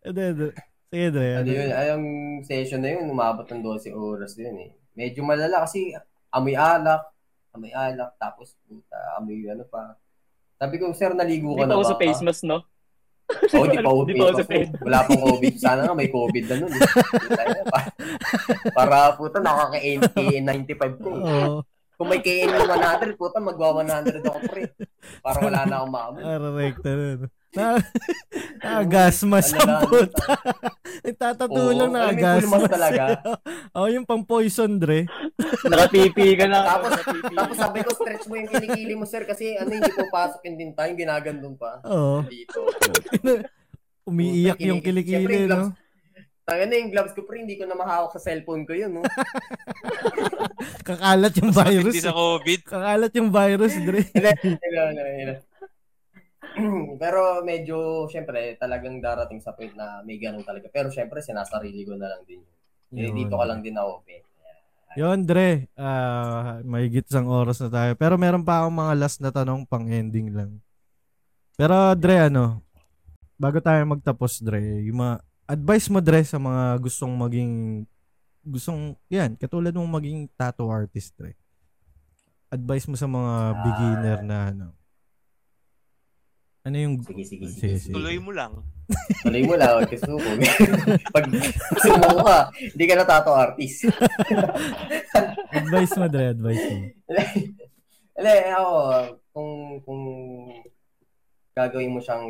S2: Ano, ano? Sige, Dre.
S1: Ano
S2: ano?
S1: yun? Ay, ang session na yun, umabot ng 12 oras yun eh. Medyo malala kasi amoy alak, amoy alak, tapos puta, amoy ano pa. Sabi ko, sir, naligo ka
S4: Hindi pa
S1: na
S4: ako
S1: ba?
S4: sa face mask, no?
S1: Oo, Oh, di pa ako
S4: Di pa ako
S1: face
S4: sa face
S1: mask. Wala pang COVID. Sana nga may COVID na nun. eh. Puta, yun, pa- Para puta, nakaka-KN95 ko. eh.
S2: Oo.
S1: Kung may KN100, puta, magwa-100 ako pre. Para wala na akong maamoy.
S2: Ararekta na. no? Na, nakagasmas ang puta. Nagtatatulang
S1: Oo, alam mo yung pulmas
S2: nakagasmas.
S1: talaga.
S2: Oo, yung pang poison, Dre.
S4: Nakapipi ka lang.
S1: Tapos-
S4: Nakapipi.
S1: Tapos sabi ko, stretch mo yung kilikili mo, sir, kasi ano, hindi po pasok yung din tayo, ginagandong pa.
S2: Oo.
S1: Dito.
S2: Umiiyak yung
S1: Kinikilig. Siyempre,
S2: kilikili,
S1: yung
S2: no?
S1: Tanga na yung gloves ko, pre, hindi ko na mahawak sa cellphone ko yun, no?
S2: Kakalat yung virus. eh.
S3: Hindi sa COVID.
S2: Kakalat yung virus, Dre.
S1: Hindi, hindi, hindi, hindi. Pero medyo, syempre, talagang darating sa point na may ganun talaga. Pero syempre, sinasarili ko na lang din. Eh, dito ka lang din na open.
S2: Yun, Dre. Ah, mahigit isang oras na tayo. Pero meron pa akong mga last na tanong pang ending lang. Pero, Dre, ano? Bago tayo magtapos, Dre, yung mga advice mo, Dre, sa mga gustong maging gustong, yan, katulad mong maging tattoo artist, Dre. Advice mo sa mga
S1: Ah.
S2: beginner na ano. Ano yung...
S1: Sige, sige, sige.
S2: Sige, sige.
S3: Tuloy mo lang.
S1: Tuloy mo lang, kasi suko. Pag sumo ka, hindi ka na tato artist.
S2: Advice mo, Dre, advice mo.
S1: Hindi, ako, kung, kung gagawin mo siyang,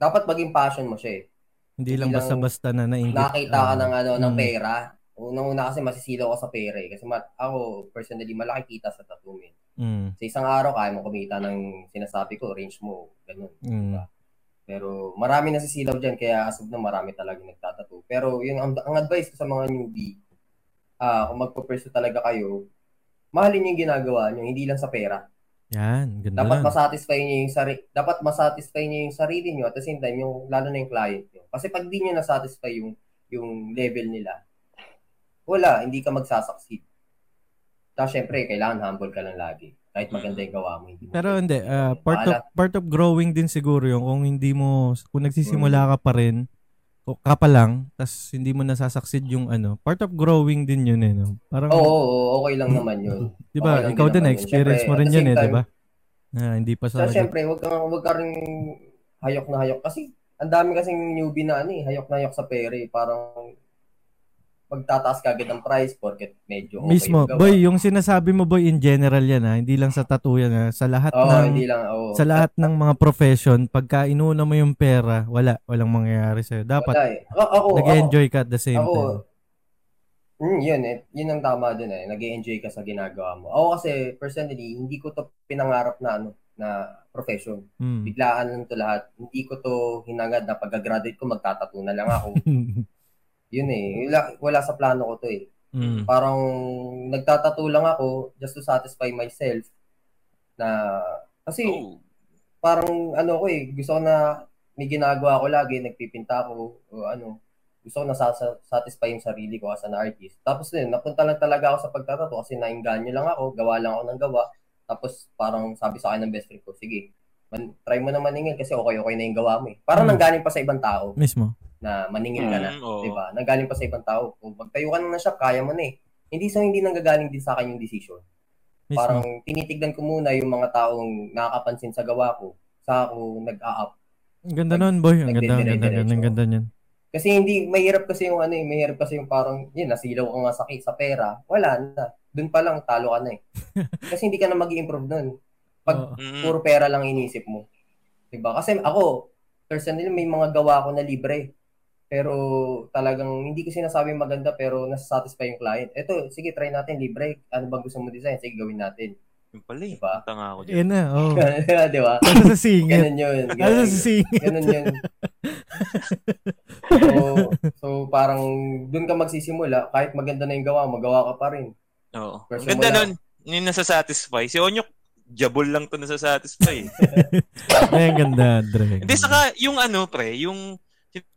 S1: dapat maging passion mo siya eh.
S2: Hindi lang
S1: Hindi lang
S2: basta-basta na nainggit.
S1: Nakita ka ng, ano, ng
S2: Mm.
S1: pera. Unang-una kasi masisilaw ka sa pera eh. Kasi ma- ako, personally, malaki kita sa tattoo eh.
S2: Mm,
S1: Sa isang araw, kaya mo kumita ng sinasabi ko, range mo, ganun.
S2: mm,
S1: Diba? Pero marami nasisilaw dyan, kaya as of now, marami talaga nagtatattoo. Pero yun, ang, ang advice ko sa mga newbie, ah kung magpo-pursue talaga kayo, mahalin yung ginagawa nyo, hindi lang sa pera.
S2: Yan, ganda
S1: Dapat
S2: lang.
S1: masatisfy niyo yung sarili, dapat masatisfy niyo yung sarili niyo at the same time yung lalo na yung client niyo. Kasi pag di niyo na-satisfy yung yung level nila, wala, hindi ka magsasucceed. Tapos syempre, kailangan humble ka lang lagi. Kahit maganda yung gawa mo, hindi mo.
S2: Pero hindi, ah, part of part of growing din siguro yung kung hindi mo kung
S1: Mm.
S2: nagsisimula ka pa rin o ka pa lang tas hindi mo nasasucceed yung ano. Part of growing din yun eh, no? Parang
S1: Oo, oo, oo, okay lang naman yun.
S2: 'di
S1: okay
S2: ba?
S1: lang
S2: ikaw
S1: din
S2: din
S1: naman
S2: na
S1: yun.
S2: experience
S1: Siyempre,
S2: mo rin
S1: at the
S2: yun
S1: same
S2: eh, 'di
S1: time-
S2: ba? Na hindi pa sa
S1: So, syempre, wag kang wag ka rin hayok na hayok kasi ang dami kasing newbie na ano eh, hayok na hayok sa pere. Parang magtataas ka agad ng price porket medyo okay
S2: Mismo,
S1: yung gawa.
S2: boy, yung sinasabi mo boy in general yan ha, hindi lang sa tattoo yan ha, sa lahat
S1: Oo,
S2: ng
S1: hindi lang. Oo.
S2: sa lahat ng mga profession, pagka inuna mo yung pera, wala, walang mangyayari sa'yo. Dapat
S1: Wala eh. A- ako, ako,
S2: nag-enjoy ka at the same
S1: ako,
S2: time.
S1: mm, yun eh. Yun ang tama dun eh. nag enjoy ka sa ginagawa mo. Ako kasi, personally, hindi ko to pinangarap na ano, na profession.
S2: Mm.
S1: Biglaan lang to lahat. Hindi ko to hinangad na pagka-graduate ko, magtatato na lang ako. yun eh. Wala, wala sa plano ko to eh.
S2: Mm.
S1: Parang nagtatato lang ako just to satisfy myself na kasi
S3: Oh.
S1: parang ano ko eh, gusto ko na may ginagawa ako lagi, nagpipinta ako, o ano, gusto ko na sasa- satisfy yung sarili ko as an artist. Tapos yun, napunta lang talaga ako sa pagtatato kasi nainganyo lang ako, gawa lang ako ng gawa. Tapos parang sabi sa akin ng best friend ko, sige, man, try mo na maningil kasi okay-okay na yung gawa mo eh. Parang
S2: Hmm.
S1: nanggaling pa sa ibang tao
S2: Mismo.
S1: na maningil ka na.
S3: Mm, oo.
S1: 'di ba? Nanggaling pa sa ibang tao. Kung magtayo ka na ng shop, kaya mo na eh. Hindi sa hindi nanggagaling din sa akin yung decision.
S2: Mismo.
S1: Parang tinitignan ko muna yung mga taong nakakapansin sa gawa ko sa ako nag-a-up.
S2: ang ganda nun, boy. Ang ganda, ang ganda, ang
S1: nagdidire-diretso.
S2: ganda, ang ganda niyan.
S1: Kasi hindi mahirap kasi yung ano eh, mahirap kasi yung parang yun nasilaw ka nga sa ki- sa pera, wala na. Doon pa lang talo ka na eh. kasi hindi ka na magi-improve noon. Pag
S2: Oo.
S3: Mm.
S1: puro pera lang inisip mo. 'Di ba? Kasi ako personally may mga gawa ko na libre. Pero talagang hindi ko sinasabi maganda pero nasasatisfy yung client. Eto, sige try natin libre. Ano bang gusto mo design? Sige gawin natin.
S3: Yung pala eh.
S1: Diba?
S3: Tanga ako
S2: Yan
S3: dyan.
S2: na, oh.
S1: 'Di ba?
S2: Kasi sa singit.
S1: Diba? Ganun 'yun.
S2: Kasi
S1: Ganun,
S2: sa singit.
S1: ganun 'yun. so, so parang doon ka magsisimula kahit maganda na yung gawa, magawa ka pa rin.
S3: Oo.
S1: Person
S3: Ang ganda
S1: wala.
S3: nun. Yung nasasatisfy. Si Onyok, jabol lang to nasasatisfy. eh.
S2: Ay, ang ganda, Dre.
S3: Hindi, saka yung ano, pre, yung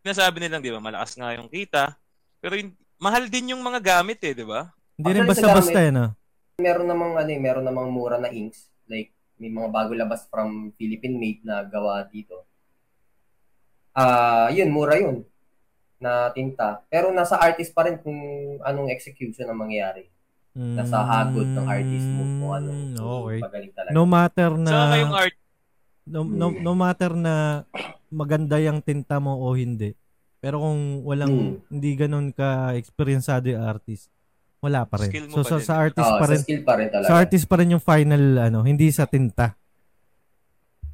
S3: sinasabi nilang, di ba, malakas nga yung kita. Pero yung, mahal din yung mga gamit eh, di ba?
S2: Hindi rin
S1: Actually, sa
S2: basta-basta
S1: gamit-
S2: yan, ah.
S1: meron namang ano, eh, meron namang mura na inks. Like may mga bago labas from Philippine made na gawa dito. Ah, yun mura yun na tinta. Pero nasa artist pa rin kung anong execution ang mangyayari. Nasa hagod ng artist mo kung ano. anong
S2: Mm, Okay.
S1: magaling talaga.
S2: No matter na...
S3: Saka yung art,
S2: no, no, no matter na maganda yung tinta mo o hindi. Pero kung
S1: Hmm.
S2: walang hindi ganun ka experienceado yung artist, wala pa
S3: Skill
S2: rin. So,
S3: mo pa
S2: so
S3: din.
S2: sa artist
S1: Oo,
S2: pa
S1: Ah, sa
S2: rin,
S1: skill pa rin talaga.
S2: sa artist pa rin yung final ano, hindi sa tinta.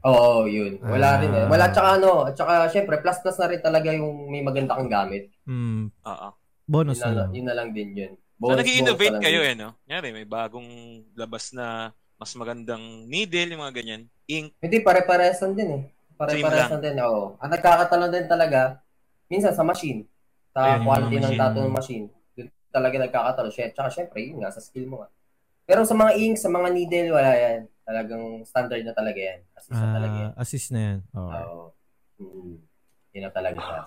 S1: Oo, yun. Wala
S2: Ah.
S1: rin eh. Wala tsaka ano, at tsaka syempre plus plus na rin talaga yung may maganda kang gamit.
S2: Mm,
S3: oo.
S1: Yun na,
S2: bonus na.
S1: lang-
S2: lang.
S1: yun na lang din yun.
S3: So,
S1: Bonus-
S3: nag-innovate
S1: bonus na lang
S3: kayo
S1: din.
S3: eh, no? Kanyari, may bagong labas na mas magandang needle, yung mga ganyan. Ink.
S1: Hindi, pare-parehas lang din eh. Pare-parehas
S3: Same
S1: lang din, oo. Ang nagkakatalo din talaga, minsan sa machine, sa
S2: Ayun, yung
S1: quality ng
S2: mga machine.
S1: tattoo ng machine, doon talaga nagkakatalo. Siya, tsaka syempre, yun nga, sa skill mo nga. Pero sa mga ink, sa mga needle, wala yan. Talagang standard na talaga yan. Kasi isa talaga yan.
S2: Ah, assist na yan. Okay.
S1: Oo. Mm, yun na talaga siya.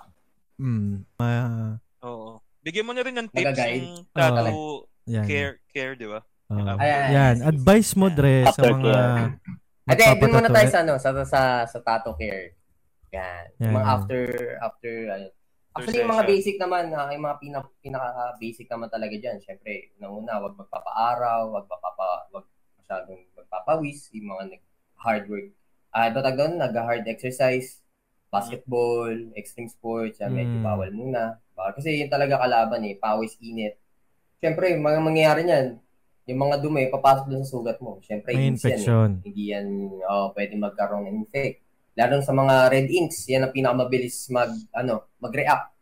S2: Mm, ma-
S3: Oo. Bigyan mo na rin ng tips
S1: Nagagay.
S3: yung tattoo
S2: yan.
S3: care, care, diba? di ba?
S2: Oo.
S3: Ayan,
S1: ayan.
S2: yan. Advice mo, Dre, sa
S4: Aftercare.
S2: mga...
S1: Ate, dun muna
S2: magpapatato.
S1: tayo sa, ano, sa, sa, sa tattoo care. Yan.
S2: Yan,
S1: Yung mga
S2: yan.
S1: after, after, ano. Actually, yung mga
S3: session.
S1: basic naman, ah, yung mga pina, pinaka-basic naman talaga dyan. Siyempre, una-una, wag magpapaaraw, wag mapapa, wag masyadong magpapawis, yung mga nag- hard work. Ah, iba tag doon, nag-hard exercise, basketball, extreme sports, yan, medyo
S2: Mm.
S1: bawal muna. Bawal. Kasi yun talaga kalaban eh, pawis, init. Siyempre, yung mga mangyayari niyan, yung mga dumi, papasok doon sa sugat mo. Siyempre, inks yan eh
S2: May infection.
S1: hindi yan oh, pwede magkaroon ng infect. Lalo sa mga red inks, yan ang pinakamabilis mag ano, mag-react.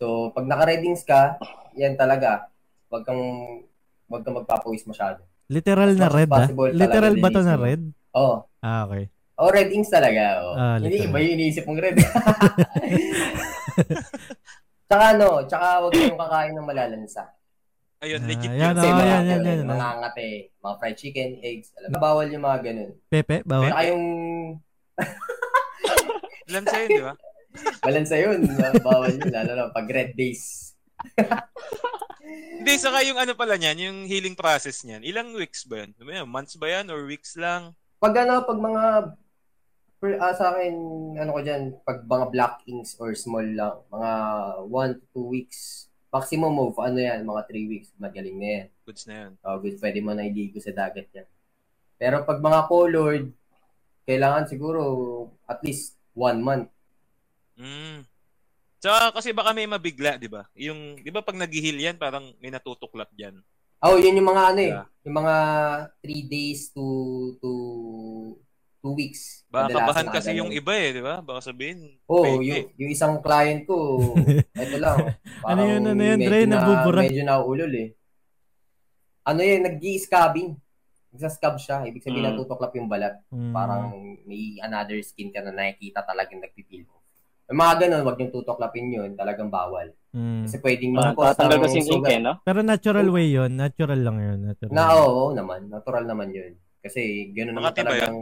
S1: So pag naka-red inks ka, yan talaga. Huwag kang huwag kang magpapawis masyado.
S2: Literal na
S1: As much
S2: red,
S1: as
S2: ah?
S1: possible talaga
S2: Literal ba to na
S1: linisin.
S2: red?
S1: Oh,
S2: Ah, okay.
S1: oh red inks talaga. Oh.
S2: Ah,
S1: hindi
S2: literal.
S1: iba yung iniisip mong red. tsaka ano, tsaka huwag kayong kakain ng malalansa.
S3: Ayun,
S2: Ah,
S3: legit
S2: yan,
S3: yun.
S1: Kasi
S2: ah,
S1: mga,
S2: yan, yan, yan, yan.
S1: mga ngate, mga fried chicken, eggs, alam mo, bawal yung mga ganun.
S2: Pepe, bawal?
S1: Tsaka yung
S3: Lang sa'yo, di ba?
S1: balansa yun, bawal yun, lalo na pag red days.
S3: Hindi, saka yung ano pala niyan, yung healing process niyan. Ilang weeks ba yan? Ano ba yan? Months ba yan? Or weeks lang?
S1: Pag ano, pag mga per, ah, sa akin, ano ko dyan, pag mga black inks or small lang, mga 1 to 2 weeks, maximum of ano yan, mga 3 weeks, magaling na yan.
S3: Goods na yan.
S1: Oh, good, pwede mo na iligo sa dagat yan. Pero pag mga colored, kailangan siguro at least 1 month.
S3: Mm. Tsaka kasi baka may mabigla, di ba? Yung, di ba pag nag-heal yan, parang may natutuklat yan.
S1: Oh, yun yung mga ano eh.
S3: Yeah.
S1: Yung mga 3 days to to 2 weeks.
S3: Baka
S1: Kadalasan
S3: kabahan
S1: mga
S3: kasi
S1: ganun.
S3: yung iba eh, di ba? Baka sabihin,
S1: Oo,
S3: fake
S1: Oh, yung,
S3: eh.
S1: yung isang client ko, ito lang.
S2: Ano yun,
S1: parang
S2: ano yun,
S1: medyo
S2: Dre?
S1: na-
S2: Nabubura.
S1: Medyo nauulol eh. Ano yun, nag-i-scabbing. Nagsascab siya. Ibig sabihin,
S3: Mm.
S1: natutuklap yung balat.
S2: Mm.
S1: Parang may another skin ka na nakikita talagang nagpipil mo. Yung mga ganun, wag niyong tutuklapin yun. Talagang bawal.
S2: Mm.
S1: Kasi pwedeng
S4: Ah,
S1: mag-cause
S4: tatanggal
S1: ng
S4: kasi yung ink
S1: sugat.
S4: eh, no?
S2: Pero natural way yon Natural lang yun. Natural.
S1: Na, oo, oo naman. Natural naman yun. Kasi ganun naman
S2: ah.
S3: Makati ba
S1: talagang...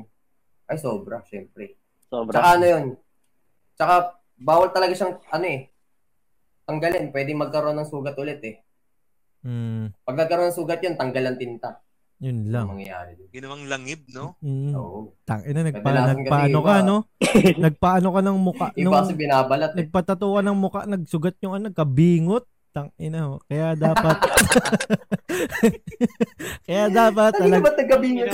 S1: Ay, sobra, syempre. Tsaka
S4: Sobra.
S1: ano yun. Tsaka, bawal talaga siyang, ano eh, tanggalin. Pwede magkaroon ng sugat ulit eh.
S2: Mm,
S1: Pag nagkaroon ng sugat yun, tanggal ang tinta.
S2: yun
S1: Ang
S2: lang.
S1: mangyayari dun.
S3: Ginawang langib, no?
S2: Mm.
S1: Oo.
S2: Tang ina nagpa,
S1: oh. Kadalasan kasi
S2: nagpaano ka
S1: iba-
S2: no? nagpaano ka ng muka
S1: Iba
S2: nung
S1: kasi binabalat eh.
S2: nagpatato ka ng muka, nagsugat yung ano, kabingot. Tang ina. oh. Kaya dapat Kaya dapat
S1: Ano
S2: alag,
S1: ba tagabi niya?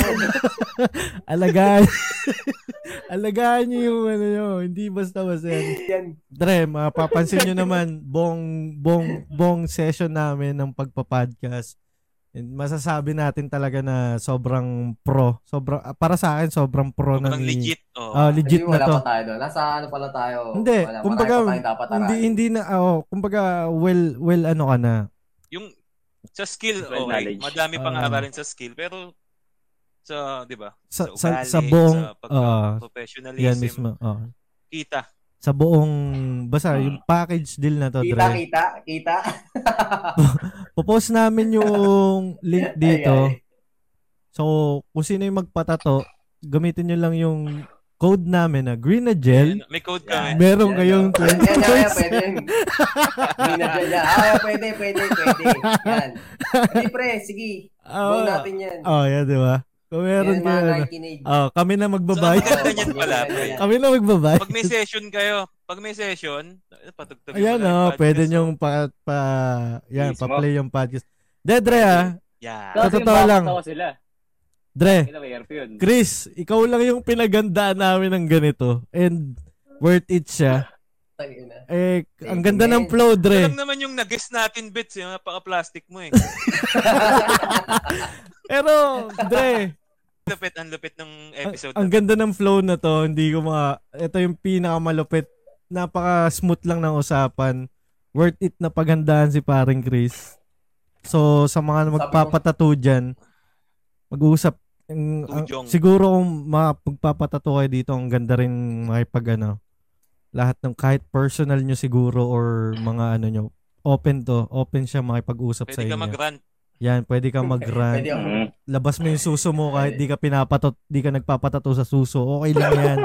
S2: alagaan alagaan niyo yung ano nyo. Hindi basta basta yan.
S1: Yan.
S2: Dre, mapapansin nyo naman bong bong bong session namin ng pagpa-podcast. And masasabi natin talaga na sobrang pro. Sobrang ah, para sa akin sobrang pro na
S3: Parang
S2: ni-
S3: legit, oh.
S2: Ah, legit
S1: Hindi,
S2: na
S1: wala
S2: to.
S1: pa tayo doon. Nasa ano pala tayo.
S2: Hindi,
S1: Wala, marami
S2: kumbaga,
S1: pa tayong dapat
S2: Hindi
S1: aralin.
S2: hindi na oh, kumbaga well well ano ka na.
S3: yung, sa skill,
S4: Well,
S3: okay.
S4: knowledge.
S3: Madami pang
S2: Ah.
S3: aaralin sa skill, pero sa, di ba?
S2: Sa sa,
S3: ugali,
S2: sa buong
S3: sa
S2: oo,
S3: professionalism,
S2: yan mismo. oo.
S3: kita.
S2: Sa buong basta yung package deal na to,
S1: Kita,
S2: Dre.
S1: kita, kita.
S2: Popost namin yung link dito. So, kung sino yung magpatato, gamitin nyo lang yung code namin na Grenagel.
S3: Ayan, May code
S1: Yan.
S3: kami.
S2: Meron kayong
S1: Yan, yan, yan,
S2: 20%.
S1: pwede. yun. Hindi na dyan, yan. Ah, pwede, pwede, pwede. Yan. Hindi pre, sige.
S2: Oo,
S1: Bawin natin yan.
S2: ah, oh, yan, di ba? Kung meron
S1: Yan, mga
S2: kayo. ano.
S1: nakikinig.
S2: Oh, kami na
S3: Ang
S2: magbabayad.
S3: ganda niyan pala,
S1: Yan, yan, yan.
S2: kami na magbabayad.
S3: Pag may session kayo, pag may session, patugtog
S2: Ayan, oh, pwede niyong pa, pa, yan,
S4: Please,
S2: pa-play yung podcast. De, Dre, ah.
S3: Yeah.
S4: Kasi
S2: totoo
S4: yung
S2: lang.
S4: bata ko sila.
S2: Dre,
S4: Kaya may airfare yun.
S2: Chris, ikaw lang yung pinagandaan namin ng ganito. And worth it siya.
S1: Tangin na.
S2: Eh,
S1: Thank
S2: ang ganda
S1: you,
S2: ng
S1: man.
S2: flow, Dre.
S3: Alam naman yung nag-guess natin, Bits, yung napaka-plastic mo eh.
S2: Pero, Dre,
S3: lupit, ang lupit ng episode.
S2: ang
S3: na to.
S2: ganda ng flow na to. Hindi ko ma... Ito yung pinakamalupit. Napaka-smooth lang ng usapan. Worth it na paghandaan si paring Chris. So, sa mga
S1: mo.
S2: magpapatato dyan, mag-uusap. Ang- ang-
S3: Tudyong.
S2: siguro kung mapagpapatato kayo dito, ang ganda rin makipag ano, lahat ng kahit personal nyo siguro or mga ano nyo, open to. Open siya makipag-usap
S3: pwede
S2: sa
S3: ka
S2: inyo.
S3: mag-rant.
S2: Yan, pwede kang mag-rant
S1: Pwede
S3: Mm-hmm.
S1: ako.
S4: Mm.
S2: labas mo yung suso mo kahit di ka pinapatot, di ka nagpapatato sa suso. Okay lang yan.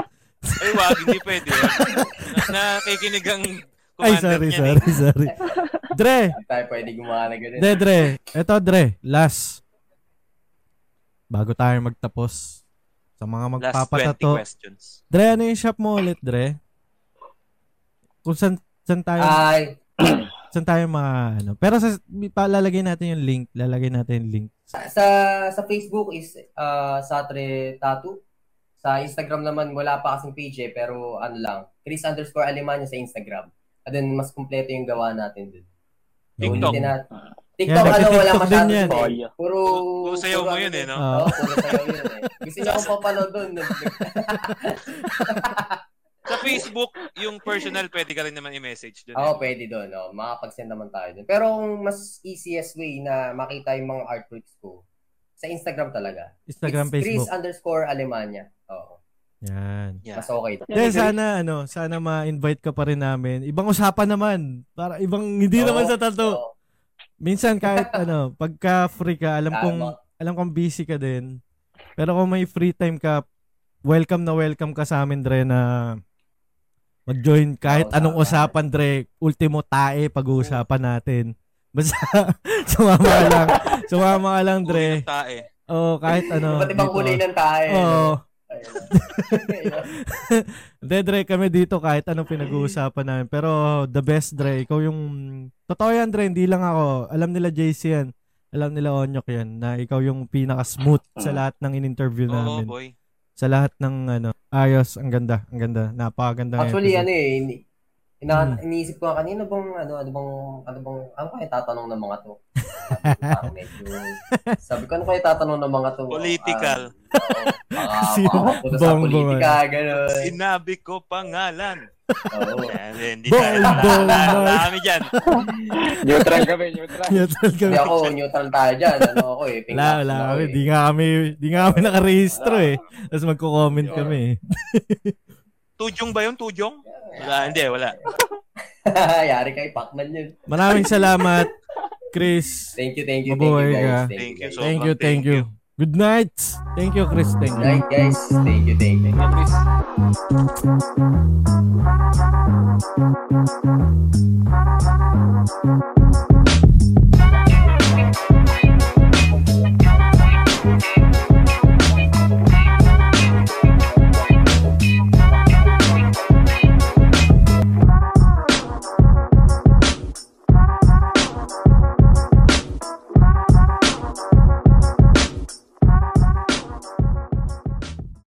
S3: Ay, wag, hindi pwede. yun. na, nakikinig ang
S2: Ay,
S3: commander
S2: sorry,
S3: niya. eh.
S2: sorry, sorry. Dre,
S1: Hindi tayo pwede gumawa na ganun.
S2: Dre, Dre. Eto, Dre, last. Bago tayo magtapos sa mga
S3: Last 20
S2: magpapatato.
S3: questions.
S2: Dre, ano yung shop mo ulit, Dre? Kung saan, saan tayo,
S1: Ay,
S2: saan tayo mga, ano. Pero sa, lalagay natin yung link. Lalagay natin yung link.
S1: sa sa Facebook is uh, Satre Tattoo. Sa Instagram naman, wala pa kasing page eh, pero ano lang, Chris underscore Alemania sa Instagram. At then, mas kumpleto yung gawa natin dun. So,
S3: TikTok.
S1: ulitin natin.
S3: Ah.
S1: TikTok,
S2: Yeah,
S1: ano, wala
S2: TikTok din
S1: masyado
S2: yan.
S1: dun
S4: Boy.
S1: eh. Puro...
S3: Kung sayaw
S1: puro
S3: mo
S1: ano
S3: yun eh,
S2: Ah.
S3: no?
S1: Oo, puro sayaw yun eh. Gusto niya akong papanood dun.
S3: Sa Facebook, yung personal, pwede ka rin naman i-message eh. doon.
S1: Oo, pwede dun. Oh. Makapag-send naman tayo dun. Pero ang mas easiest way na makita yung mga artworks ko, sa Instagram talaga.
S2: Instagram,
S1: It's Chris
S2: Facebook.
S1: underscore Alemania. Oo.
S2: Yan.
S3: Yeah.
S1: Mas okay. dun.
S2: Dahil sana ano, sana ma-invite ka pa rin namin. Ibang usapan naman. Para ibang hindi
S1: Oo,
S2: naman sa tato.
S1: oo.
S2: Minsan kahit ano, pagka free ka, alam
S1: Tama.
S2: kong alam kong busy ka din. Pero kung may free time ka, welcome na welcome ka sa amin Dre na mag-join kahit
S1: Oo,
S2: anong
S1: tama.
S2: usapan Dre, ultimo tae pag-uusapan natin. Basta sumama ka lang. Sumama ka lang Dre.
S3: Uri ng tae.
S2: Oh, kahit ano.
S1: Iba't ibang
S2: dito.
S1: kulay ng tayo.
S2: Oo.
S1: Ayun.
S2: Hindi, Dre, kami dito kahit anong pinag-uusapan namin. Pero the best, Dre, ikaw yung... Totoo yan, Dre, hindi lang ako. Alam nila JC yan. Alam nila Onyok yan na ikaw yung pinaka-smooth sa lahat ng in-interview
S3: Oo,
S2: namin.
S3: boy.
S2: Sa lahat ng ano. Ayos, ang ganda, ang ganda. Napakaganda. ng
S1: Actually,
S2: episode.
S1: ano eh, hindi- Ina-
S2: Hmm.
S1: Iniisip ko nga kanina bang, ano, ano bang, ano bang, ano kaya tatanong ng mga to? Sabi ko, parang medyo, sabi ko, ano kaya tatanong ng mga to?
S3: Political.
S1: Ah,
S2: Sino?
S1: oo, baka, baka, sa
S2: Bongbong,
S1: politika, gano'n.
S3: Sinabi ko pangalan.
S1: Oo.
S3: Eh, Hindi
S2: Boom,
S3: tayo
S2: boom, boom.
S3: Marami dyan.
S4: Neutral kami, neutral.
S2: Neutral kami.
S1: Hindi ako, neutral tayo dyan. Ano ako eh, pink
S2: Wala,
S1: action
S2: wala
S1: ako
S2: kami.
S1: eh.
S2: Di nga kami, di nga kami nakarehistro eh. Tapos magko-comment
S1: Yun.
S2: kami eh.
S3: Tujong ba yun? Tujong? Wala, hindi, wala.
S1: eh. Yari kay Pacman yun.
S2: Maraming salamat, Chris.
S1: Thank you, thank you,
S2: Mabuhay
S1: thank you guys.
S2: ka.
S3: Thank
S1: guys.
S3: you so
S2: Thank you,
S3: Sobrang
S2: thank
S3: thank
S2: you. Good night. Thank you, Chris. Thank you.
S1: Right guys, thank you, thank you.